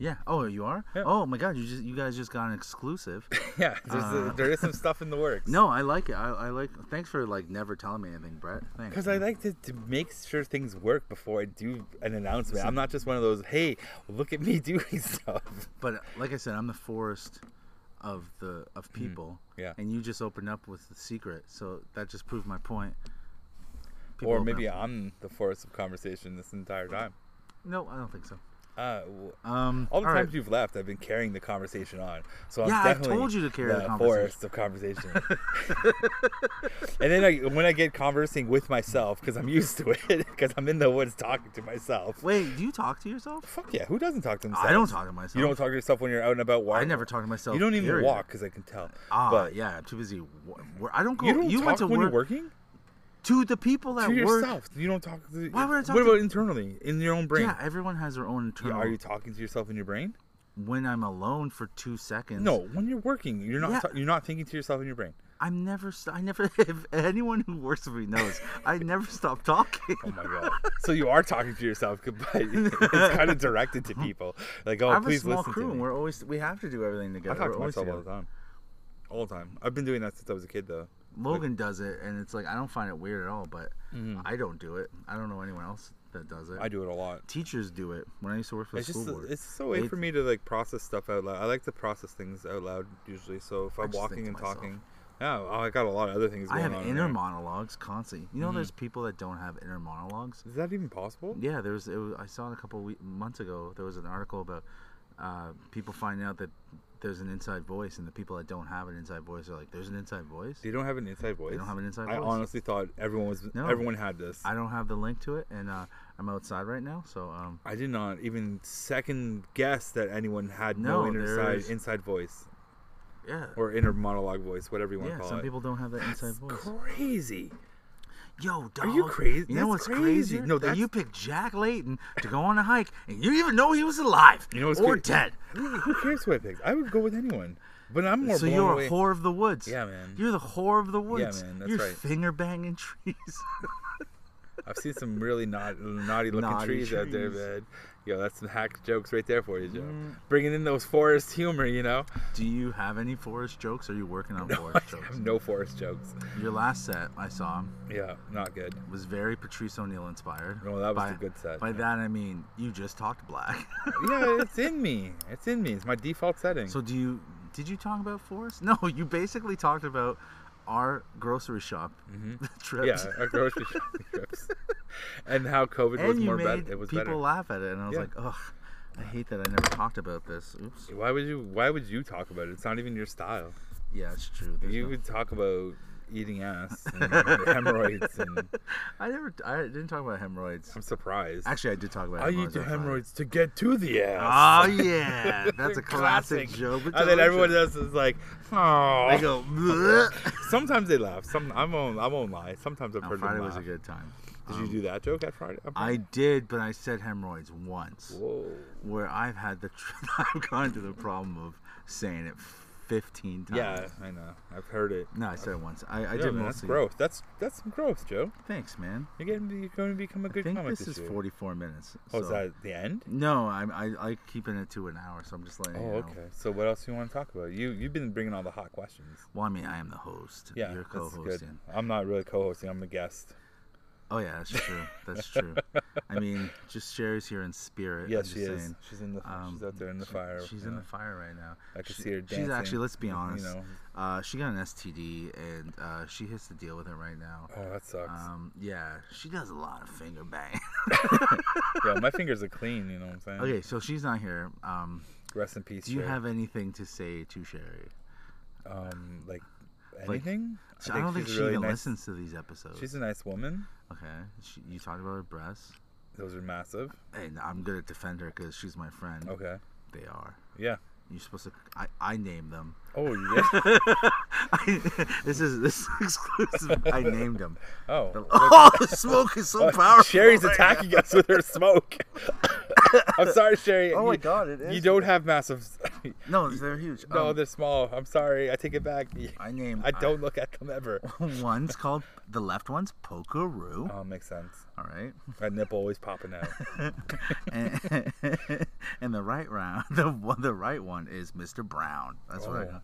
Speaker 1: Yeah. Oh, you are.
Speaker 2: Yeah.
Speaker 1: Oh my god, you just you guys just got an exclusive.
Speaker 2: yeah, there's a, there is some stuff in the works.
Speaker 1: Ah.
Speaker 2: *laughs*
Speaker 1: no, I like it. I, I like. Thanks for like never telling me anything, Brett. Thanks.
Speaker 2: Because I like to, to make sure things work before I do an announcement. I'm not just one of those, hey, look at me *laughs* doing stuff.
Speaker 1: But like I said, I'm the forest of the of people.
Speaker 2: Mm. Yeah.
Speaker 1: And you just opened up with the secret, so that just proved my point. People
Speaker 2: or
Speaker 1: open
Speaker 2: maybe
Speaker 1: up-
Speaker 2: I'm the force of conversation this entire time.
Speaker 1: no, I don't think so.
Speaker 2: Uh, w-
Speaker 1: Um,
Speaker 2: All the
Speaker 1: all right.
Speaker 2: times you've left, I've been carrying the conversation on. So I'm
Speaker 1: Yeah, I
Speaker 2: definitely
Speaker 1: told you to carry the
Speaker 2: forest of
Speaker 1: *laughs*
Speaker 2: conversation. *laughs* and then I, when I get conversing with myself, because I'm used to it, *laughs* because I'm in the woods talking to myself.
Speaker 1: Wait, do you talk to yourself?
Speaker 2: Fuck yeah, who doesn't talk to themselves?
Speaker 1: I don't talk to myself.
Speaker 2: You don't talk to yourself when you're out and about walking.
Speaker 1: I never talk to myself.
Speaker 2: You don't even
Speaker 1: period.
Speaker 2: walk, because I can tell.
Speaker 1: Ah,
Speaker 2: but
Speaker 1: yeah, I'm too busy. wo- wor- I don't go.
Speaker 2: you don't talk
Speaker 1: went to
Speaker 2: when
Speaker 1: work,
Speaker 2: you're working
Speaker 1: to the people that
Speaker 2: to
Speaker 1: work.
Speaker 2: yourself. You don't talk. To,
Speaker 1: Why would I talk
Speaker 2: What
Speaker 1: to-
Speaker 2: about internally in your own brain?
Speaker 1: Yeah, everyone has their own
Speaker 2: Yeah,
Speaker 1: internal.
Speaker 2: Are you talking to yourself in your brain?
Speaker 1: when I'm alone for two seconds,
Speaker 2: No, when you're working, you're not.
Speaker 1: Yeah.
Speaker 2: ta- you're not thinking to yourself in your brain.
Speaker 1: I'm never. St- I never. *laughs* If anyone who works with me knows, I never stop talking.
Speaker 2: Oh my god! So you are talking to yourself, *laughs* but
Speaker 1: *laughs*
Speaker 2: it's kind of directed to people. Like, oh,
Speaker 1: I'm a
Speaker 2: please
Speaker 1: small
Speaker 2: listen
Speaker 1: crew,
Speaker 2: to
Speaker 1: and
Speaker 2: me.
Speaker 1: we're always we have to do everything
Speaker 2: I
Speaker 1: together.
Speaker 2: talk
Speaker 1: We're
Speaker 2: to
Speaker 1: always
Speaker 2: myself all
Speaker 1: together.
Speaker 2: the time. All the time. I've been doing that since I was a kid, though.
Speaker 1: Logan does it, and it's like I don't find it weird at all. But I don't do it. I don't know anyone else that does it.
Speaker 2: Mm-hmm. I do it a lot.
Speaker 1: Teachers do it. When I used to work for the
Speaker 2: It's
Speaker 1: school
Speaker 2: just
Speaker 1: board,
Speaker 2: it's just a way
Speaker 1: They-
Speaker 2: for me to like process stuff out loud. I like to process things out loud usually. So if I'm
Speaker 1: just think
Speaker 2: walking
Speaker 1: to
Speaker 2: and
Speaker 1: myself.
Speaker 2: talking, yeah, oh, I got a lot of other things.
Speaker 1: I
Speaker 2: Going
Speaker 1: have
Speaker 2: on Mm-hmm. in
Speaker 1: inner
Speaker 2: there.
Speaker 1: monologues constantly. You know, there's people that don't have inner monologues.
Speaker 2: Is that even possible?
Speaker 1: Yeah, there was. It was I saw it a couple we months ago. There was an article about uh, people finding out that there's an inside voice, and the people that don't have an inside voice are like, "There's an inside voice."
Speaker 2: They don't have an inside voice.
Speaker 1: don't have an inside
Speaker 2: I
Speaker 1: voice.
Speaker 2: honestly thought everyone was
Speaker 1: No.
Speaker 2: everyone had this.
Speaker 1: I don't have the link to it, and uh, I'm outside right now, so um,
Speaker 2: I did not even second guess that anyone had no,
Speaker 1: No, there
Speaker 2: inside
Speaker 1: is-
Speaker 2: inside voice
Speaker 1: yeah,
Speaker 2: or inner monologue voice, whatever you want
Speaker 1: yeah.
Speaker 2: to call
Speaker 1: Some
Speaker 2: it.
Speaker 1: people don't have that inside
Speaker 2: That's
Speaker 1: voice.
Speaker 2: crazy.
Speaker 1: Yo, dog.
Speaker 2: Are you crazy?
Speaker 1: You know what's
Speaker 2: That's crazy.
Speaker 1: crazy?
Speaker 2: No,
Speaker 1: No, that
Speaker 2: that's-
Speaker 1: you picked Jack Layton to go on a hike, and you didn't even know he was alive
Speaker 2: You know what's
Speaker 1: or
Speaker 2: cra-
Speaker 1: dead.
Speaker 2: Who who cares who I picked? I would go with anyone, but I'm more
Speaker 1: *laughs* So
Speaker 2: blown
Speaker 1: you're
Speaker 2: away.
Speaker 1: a whore of the woods.
Speaker 2: Yeah, man.
Speaker 1: You're the whore of the woods.
Speaker 2: man, that's
Speaker 1: you're
Speaker 2: right.
Speaker 1: finger banging *laughs* trees.
Speaker 2: I've seen some really naughty, naughty looking
Speaker 1: Naughty
Speaker 2: trees, out there,
Speaker 1: trees. Mm.
Speaker 2: man. Yo, that's some hack jokes right there for you, Joe. Bringing in those forest humor, you know.
Speaker 1: Do you have any forest jokes? Or are you working on forest jokes?
Speaker 2: No forest jokes.
Speaker 1: Your last set I saw
Speaker 2: Yeah, not good.
Speaker 1: was very Patrice O'Neill inspired.
Speaker 2: No, Oh, that was
Speaker 1: by,
Speaker 2: a good set.
Speaker 1: By that I mean you just talked black. *laughs*
Speaker 2: yeah, it's in me. It's in me. It's my default setting.
Speaker 1: so do you? Did you talk about forest? No, you basically talked about our grocery shop *laughs* trips.
Speaker 2: Mm-hmm. Yeah, our grocery shopping trips. And how COVID was
Speaker 1: and you
Speaker 2: more
Speaker 1: made
Speaker 2: better. It was
Speaker 1: people
Speaker 2: better.
Speaker 1: laugh at it, and I was
Speaker 2: Yeah.
Speaker 1: like, ugh, I hate that I never talked about this. Oops.
Speaker 2: Why would you? Why would you talk about it? It's not even your style.
Speaker 1: Yeah, it's true. There's
Speaker 2: You
Speaker 1: no-
Speaker 2: would talk about eating ass and hemorrhoids, and
Speaker 1: *laughs* I never, I didn't talk about hemorrhoids.
Speaker 2: I'm surprised.
Speaker 1: Actually, I did talk about
Speaker 2: I eat
Speaker 1: hemorrhoids.
Speaker 2: the
Speaker 1: on Friday.
Speaker 2: hemorrhoids to get to the ass. *laughs*
Speaker 1: Oh yeah, that's a classic, joke. but
Speaker 2: And then everyone
Speaker 1: delicious.
Speaker 2: else is like, "Oh."
Speaker 1: They go. "Bleh."
Speaker 2: Sometimes they laugh. Some I won't. I won't lie. Sometimes I've
Speaker 1: No,
Speaker 2: heard
Speaker 1: Friday
Speaker 2: them
Speaker 1: was a
Speaker 2: laugh.
Speaker 1: good time.
Speaker 2: Did
Speaker 1: Um,
Speaker 2: you do that joke at Friday? on
Speaker 1: I
Speaker 2: Friday?
Speaker 1: did, but I said hemorrhoids once,
Speaker 2: Whoa.
Speaker 1: where I've had the, tr- *laughs* I've gone to the problem of saying it fifteen times.
Speaker 2: Yeah, I know. I've heard it.
Speaker 1: No, I said it once. I, I
Speaker 2: Yeah,
Speaker 1: did
Speaker 2: man, that's
Speaker 1: mostly.
Speaker 2: gross. That's that's some gross, Joe.
Speaker 1: Thanks, man.
Speaker 2: You're getting you're going to become a
Speaker 1: I
Speaker 2: good
Speaker 1: think
Speaker 2: comic
Speaker 1: this,
Speaker 2: this,
Speaker 1: is
Speaker 2: year.
Speaker 1: 44 minutes.
Speaker 2: Oh, is
Speaker 1: so-
Speaker 2: that the end?
Speaker 1: No, I'm I like keeping it to an hour, so I'm just letting.
Speaker 2: Oh,
Speaker 1: you know.
Speaker 2: okay. So what else do you want to talk about? You you've been bringing all the hot questions.
Speaker 1: Well, I mean, I am the host.
Speaker 2: Yeah,
Speaker 1: you're
Speaker 2: that's
Speaker 1: co-hosting.
Speaker 2: good. I'm not really co-hosting. I'm a guest.
Speaker 1: Oh yeah, that's true. That's true. I mean, just Sherry's here in spirit.
Speaker 2: Yes,
Speaker 1: I'm
Speaker 2: she
Speaker 1: just
Speaker 2: is.
Speaker 1: saying.
Speaker 2: She's in the
Speaker 1: Um,
Speaker 2: she's out there in the
Speaker 1: she-
Speaker 2: fire.
Speaker 1: She's
Speaker 2: you
Speaker 1: in
Speaker 2: know.
Speaker 1: the fire right now.
Speaker 2: I can
Speaker 1: She-
Speaker 2: see her
Speaker 1: She's
Speaker 2: dancing,
Speaker 1: actually, let's be
Speaker 2: you
Speaker 1: honest,
Speaker 2: know.
Speaker 1: uh, she got an STD and uh, she has to deal with it right now.
Speaker 2: Oh, that sucks.
Speaker 1: Um, yeah, she does a lot of finger bang.
Speaker 2: yeah, my fingers are clean. You know what I'm
Speaker 1: *laughs*
Speaker 2: saying?
Speaker 1: okay, so she's not here. Um,
Speaker 2: Rest in peace.
Speaker 1: do you
Speaker 2: Sherry.
Speaker 1: have anything to say to Sherry?
Speaker 2: um like
Speaker 1: Like,
Speaker 2: anything?
Speaker 1: So I, don't think
Speaker 2: she's
Speaker 1: she
Speaker 2: a really
Speaker 1: even
Speaker 2: nice-
Speaker 1: listens to these episodes.
Speaker 2: She's a nice woman.
Speaker 1: Okay, she, you talked about her breasts,
Speaker 2: Those are massive.
Speaker 1: and I'm gonna defend her because she's my friend.
Speaker 2: Okay.
Speaker 1: They are.
Speaker 2: Yeah.
Speaker 1: You're supposed to. I, I name them. *laughs*
Speaker 2: Oh yeah.
Speaker 1: this is this is *laughs* exclusive. I named them.
Speaker 2: Oh. *laughs*
Speaker 1: Oh, *laughs* the smoke is so powerful.
Speaker 2: Sherry's
Speaker 1: right
Speaker 2: attacking us with her smoke. *laughs* I'm sorry, Sherry.
Speaker 1: Oh my
Speaker 2: You-
Speaker 1: God, it
Speaker 2: You
Speaker 1: is.
Speaker 2: don't have massive.
Speaker 1: No, they're huge.
Speaker 2: *laughs* no,
Speaker 1: Um,
Speaker 2: they're small. I'm sorry. I take it back. *laughs*
Speaker 1: I named.
Speaker 2: I don't look at them ever.
Speaker 1: *laughs* one's called the left one's Pokeroo.
Speaker 2: Oh, makes sense.
Speaker 1: All right, *laughs*
Speaker 2: That nipple always popping out.
Speaker 1: and, and the right round, *laughs* the one, the right one is Mr. Brown. That's what I
Speaker 2: Oh.
Speaker 1: know.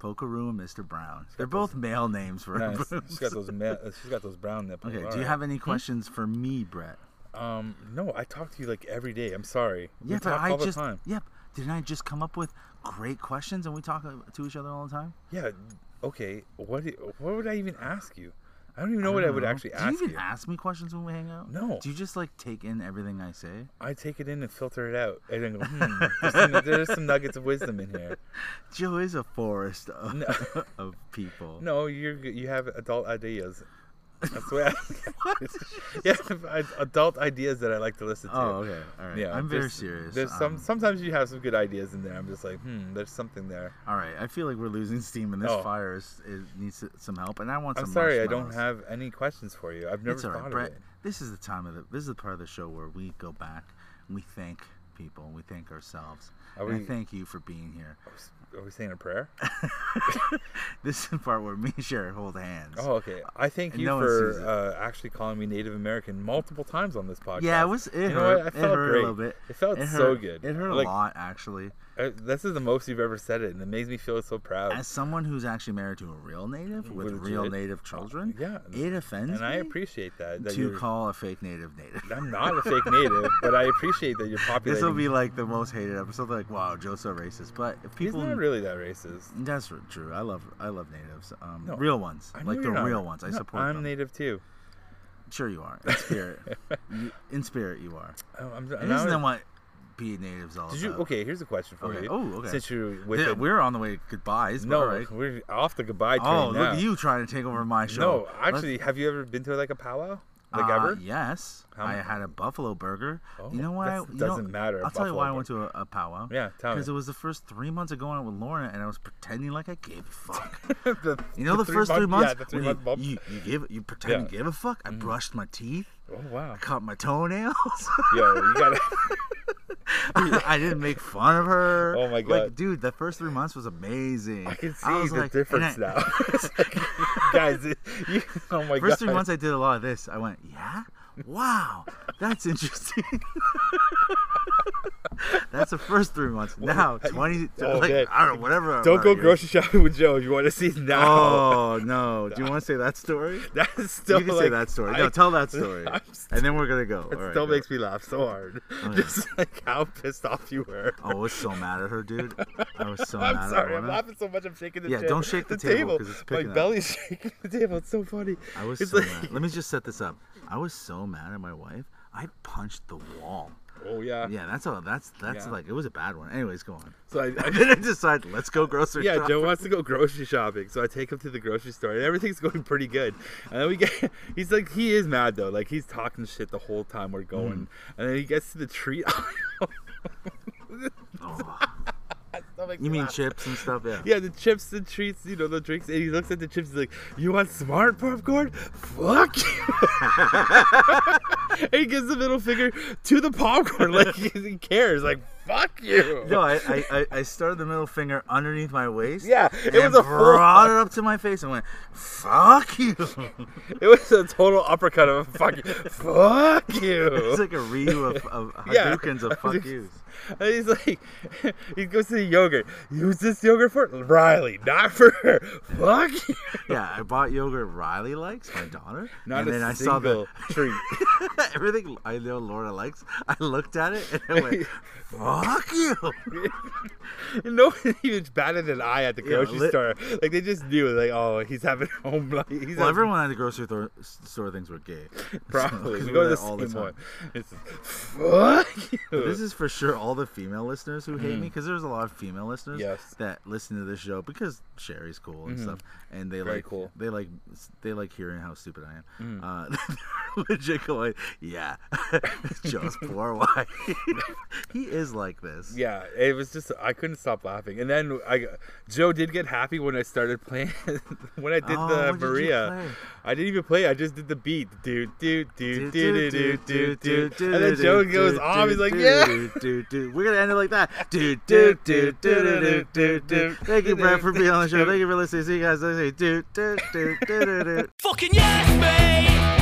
Speaker 1: Pokeroo and Mr. Brown. They're both male names for. *laughs*
Speaker 2: Nice.
Speaker 1: boobs.
Speaker 2: She's got those. Ma- she's got those brown nipples.
Speaker 1: Okay.
Speaker 2: All
Speaker 1: do you
Speaker 2: right. Hmm?
Speaker 1: have any questions for me, Brett?
Speaker 2: Um. No, I talk to you like every day. I'm sorry. we
Speaker 1: Yeah, but
Speaker 2: talk
Speaker 1: I
Speaker 2: all
Speaker 1: just.
Speaker 2: the time.
Speaker 1: Yep. Didn't I just come up with great questions and we talk uh, to each other all the time?
Speaker 2: Yeah. Okay. What? do- What would I even ask you? I don't even know what I would
Speaker 1: don't know.
Speaker 2: actually
Speaker 1: Do
Speaker 2: ask
Speaker 1: you
Speaker 2: you.
Speaker 1: even ask me questions when we hang out?
Speaker 2: No.
Speaker 1: Do you just like take in everything I say?
Speaker 2: I take it in and filter it out, and then go, hmm, there's, some, *laughs* there's some nuggets of wisdom in here.
Speaker 1: Joe is a forest of,
Speaker 2: No.
Speaker 1: *laughs* of people.
Speaker 2: No, you you have adult ideas. That's the way I.
Speaker 1: *laughs*
Speaker 2: *laughs* yeah, I- adult ideas that I like to listen to.
Speaker 1: Oh, okay. All right.
Speaker 2: Yeah,
Speaker 1: I'm very
Speaker 2: there's-
Speaker 1: serious.
Speaker 2: There's some.
Speaker 1: um,
Speaker 2: Sometimes you have some good ideas in there. I'm just like, hmm, there's something there.
Speaker 1: All right. I feel like we're losing steam, and this
Speaker 2: Oh.
Speaker 1: fire is, is needs some help. And I want
Speaker 2: I'm
Speaker 1: some.
Speaker 2: sorry, I don't
Speaker 1: marshmallows.
Speaker 2: have any questions for you. I've never
Speaker 1: it's all
Speaker 2: thought
Speaker 1: right,
Speaker 2: of
Speaker 1: Brett.
Speaker 2: it.
Speaker 1: This is the time of the. This is the part of the show where we go back, and we thank people, and we thank ourselves.
Speaker 2: Are
Speaker 1: and I
Speaker 2: we-
Speaker 1: thank you for being here.
Speaker 2: Are we saying a prayer?
Speaker 1: This is the part where me and Sherry hold hands.
Speaker 2: Oh, okay. I thank
Speaker 1: And
Speaker 2: you
Speaker 1: no one sees
Speaker 2: for
Speaker 1: it.
Speaker 2: uh, actually calling me Native American multiple times on this podcast.
Speaker 1: Yeah, it was. It
Speaker 2: You know
Speaker 1: hurt.
Speaker 2: what? I
Speaker 1: it
Speaker 2: felt
Speaker 1: hurt
Speaker 2: great.
Speaker 1: a little bit.
Speaker 2: It felt
Speaker 1: hurt,
Speaker 2: so good.
Speaker 1: It hurt
Speaker 2: Like-
Speaker 1: a lot, actually.
Speaker 2: Uh, this is the most you've ever said it, and it makes me feel so proud.
Speaker 1: As someone who's actually married to a real native with
Speaker 2: Legit.
Speaker 1: real native children,
Speaker 2: Yeah.
Speaker 1: it offends
Speaker 2: and I
Speaker 1: me
Speaker 2: appreciate that. that
Speaker 1: to
Speaker 2: you're,
Speaker 1: call a fake native native.
Speaker 2: *laughs* I'm not a *laughs* fake native, but I appreciate that you're
Speaker 1: *laughs*
Speaker 2: popular.
Speaker 1: This will be like the most hated episode. Like, wow, Joe's so racist. But if
Speaker 2: He's
Speaker 1: people,
Speaker 2: not really that racist.
Speaker 1: that's r- true. I love I love natives, um,
Speaker 2: No,
Speaker 1: real ones,
Speaker 2: I know
Speaker 1: like the
Speaker 2: you're not.
Speaker 1: real ones. I
Speaker 2: No,
Speaker 1: support
Speaker 2: I'm
Speaker 1: them.
Speaker 2: native too.
Speaker 1: sure, you are in spirit.
Speaker 2: *laughs*
Speaker 1: you, in spirit, you are.
Speaker 2: Oh, I'm,
Speaker 1: And
Speaker 2: now
Speaker 1: isn't
Speaker 2: I-
Speaker 1: that what being natives all
Speaker 2: did you?
Speaker 1: about?
Speaker 2: Okay, here's a question for
Speaker 1: Okay.
Speaker 2: you.
Speaker 1: Oh, okay.
Speaker 2: Since you're with
Speaker 1: Th-
Speaker 2: the-
Speaker 1: we're on the way to goodbyes. but
Speaker 2: *laughs* no,
Speaker 1: all right.
Speaker 2: we're off the goodbye train
Speaker 1: Oh,
Speaker 2: now.
Speaker 1: look at you trying to take over my show.
Speaker 2: No,
Speaker 1: Let's-
Speaker 2: actually, have you ever been to like a powwow? Like
Speaker 1: Uh,
Speaker 2: ever?
Speaker 1: Yes,
Speaker 2: How
Speaker 1: I
Speaker 2: m-
Speaker 1: had a buffalo burger.
Speaker 2: Oh,
Speaker 1: you know why? I-
Speaker 2: that's-
Speaker 1: you know-
Speaker 2: doesn't matter,
Speaker 1: I'll tell you
Speaker 2: buffalo
Speaker 1: why I went to a, a powwow.
Speaker 2: Yeah, tell me.
Speaker 1: Because it was the first three months of going out with Lauren, and I was pretending like I
Speaker 2: *laughs*
Speaker 1: gave a fuck.
Speaker 2: *laughs* The-
Speaker 1: You know, the, first three
Speaker 2: month-
Speaker 1: months,
Speaker 2: Yeah, the three
Speaker 1: when
Speaker 2: month bump.
Speaker 1: you, you, you give you pretend
Speaker 2: Yeah. Mm-hmm.
Speaker 1: you give a fuck. I brushed my teeth,
Speaker 2: oh wow.
Speaker 1: cut my toenails. *laughs*
Speaker 2: Yo, you gotta. *laughs*
Speaker 1: I didn't make fun of her.
Speaker 2: Oh my God.
Speaker 1: Like, dude, the first three months was amazing.
Speaker 2: I can see
Speaker 1: was
Speaker 2: the
Speaker 1: like- and
Speaker 2: difference
Speaker 1: I-
Speaker 2: now, *laughs* guys. it- You, oh my
Speaker 1: *laughs* First
Speaker 2: god.
Speaker 1: three months, I did a lot of this. I went, yeah, wow, that's interesting. *laughs* That's the first three months. Now twenty,
Speaker 2: Oh,
Speaker 1: like,
Speaker 2: man.
Speaker 1: I don't know, whatever.
Speaker 2: Don't
Speaker 1: amount
Speaker 2: go
Speaker 1: of years.
Speaker 2: grocery shopping with Joe if you want to see now.
Speaker 1: Oh no! Do you want to say that story?
Speaker 2: *laughs* That's still
Speaker 1: you can
Speaker 2: like,
Speaker 1: say that story. No,
Speaker 2: *laughs* I-
Speaker 1: tell that story,
Speaker 2: I'm
Speaker 1: and then we're gonna go.
Speaker 2: It
Speaker 1: All right,
Speaker 2: still
Speaker 1: go. Oh,
Speaker 2: makes me laugh so hard.
Speaker 1: yeah.
Speaker 2: *laughs* Just like how pissed off you were.
Speaker 1: Oh, I was so mad at her, dude. I was so
Speaker 2: *laughs* I'm
Speaker 1: mad
Speaker 2: sorry.
Speaker 1: at
Speaker 2: I'm
Speaker 1: her.
Speaker 2: laughing so much. I'm shaking the
Speaker 1: Yeah,
Speaker 2: chair-
Speaker 1: don't shake the table 'cause it's picking
Speaker 2: My
Speaker 1: up.
Speaker 2: belly's *laughs* shaking the table. It's so funny.
Speaker 1: I was
Speaker 2: It's
Speaker 1: so
Speaker 2: like-
Speaker 1: mad. Let me just set this up. I was so mad at my wife. I punched the wall.
Speaker 2: *laughs* Oh yeah.
Speaker 1: Yeah, that's all. That's that's
Speaker 2: Yeah.
Speaker 1: like it was a bad one. Anyways, go on.
Speaker 2: So I, I
Speaker 1: And then I decided let's go grocery
Speaker 2: *laughs* yeah,
Speaker 1: shop.
Speaker 2: Joe wants to go grocery shopping, so I take him to the grocery store, and everything's *laughs* going pretty good. And then we get, *laughs* he's like, he is mad though, like he's talking shit the whole time we're going,
Speaker 1: Hmm.
Speaker 2: and then he gets to the treat *laughs* aisle.
Speaker 1: Oh,
Speaker 2: I'm like,
Speaker 1: you mean
Speaker 2: "Ah."
Speaker 1: chips and stuff? Yeah.
Speaker 2: *laughs* Yeah, the chips, the treats, you know, the drinks, and he looks at the chips, he's like, "You want smart popcorn? Fuck you!" *laughs* and he gives the middle finger to the popcorn, like *laughs* he- he cares, like "fuck you."
Speaker 1: No, I, I, I- I started the middle finger underneath my waist.
Speaker 2: Yeah, it
Speaker 1: and
Speaker 2: was a full-
Speaker 1: brought it up to my face and went, "Fuck you!" *laughs*
Speaker 2: it was a total uppercut of "fuck you." Fuck you.
Speaker 1: It's like a Ryu of, of
Speaker 2: *laughs* Yeah.
Speaker 1: Hadoukens of fuck yous.
Speaker 2: And he's like, *laughs* he goes to the yogurt. Who's this yogurt for? Riley, not for her. Fuck you.
Speaker 1: Yeah, I bought yogurt Riley likes, my daughter.
Speaker 2: Not
Speaker 1: and then
Speaker 2: a
Speaker 1: I saw the
Speaker 2: single treat.
Speaker 1: *laughs* everything I know Laura likes. I looked at it and I
Speaker 2: *laughs*
Speaker 1: went, "Fuck you!"
Speaker 2: *laughs* no one even batted an eye at the
Speaker 1: Yeah,
Speaker 2: grocery
Speaker 1: lit-
Speaker 2: store. Like they just knew, like, oh, he's having home life. He's
Speaker 1: Well,
Speaker 2: having-
Speaker 1: everyone at the grocery thor- store thinks we're gay. *laughs*
Speaker 2: probably.
Speaker 1: 'cause
Speaker 2: we
Speaker 1: we
Speaker 2: go
Speaker 1: were
Speaker 2: to the
Speaker 1: there
Speaker 2: same
Speaker 1: all the time.
Speaker 2: one. It's just, fuck you.
Speaker 1: But this is for sure all the female listeners who hate me because there's a lot of female listeners
Speaker 2: Mm-hmm. Yes. Mm-hmm.
Speaker 1: that listen to this show because Sherry's cool and stuff, and they
Speaker 2: Very
Speaker 1: like
Speaker 2: cool. Mm.
Speaker 1: they like they like hearing how stupid I am. Uh, *laughs* legit going, yeah, *laughs* Joe's poor *laughs* wife. he is like this.
Speaker 2: *laughs* yeah, it was just I couldn't stop laughing, and then I Joe did get happy when I started playing *laughs* when I did
Speaker 1: Oh,
Speaker 2: the
Speaker 1: what did you
Speaker 2: Maria.
Speaker 1: play?
Speaker 2: I didn't even play. I just did the beat. Do do
Speaker 1: Do,
Speaker 2: do
Speaker 1: do,
Speaker 2: do
Speaker 1: do,
Speaker 2: do do do.
Speaker 1: do, do,
Speaker 2: And then
Speaker 1: do,
Speaker 2: Joe
Speaker 1: do,
Speaker 2: goes
Speaker 1: do,
Speaker 2: off. He's like,
Speaker 1: do,
Speaker 2: yeah.
Speaker 1: do, do, do. We're gonna end it like that. Do do do do do do do do. Thank you, Brad, for being
Speaker 2: *laughs*
Speaker 1: on the show. Thank you for listening. See you guys. later. Do do do do do do.
Speaker 3: Fucking yes, mate.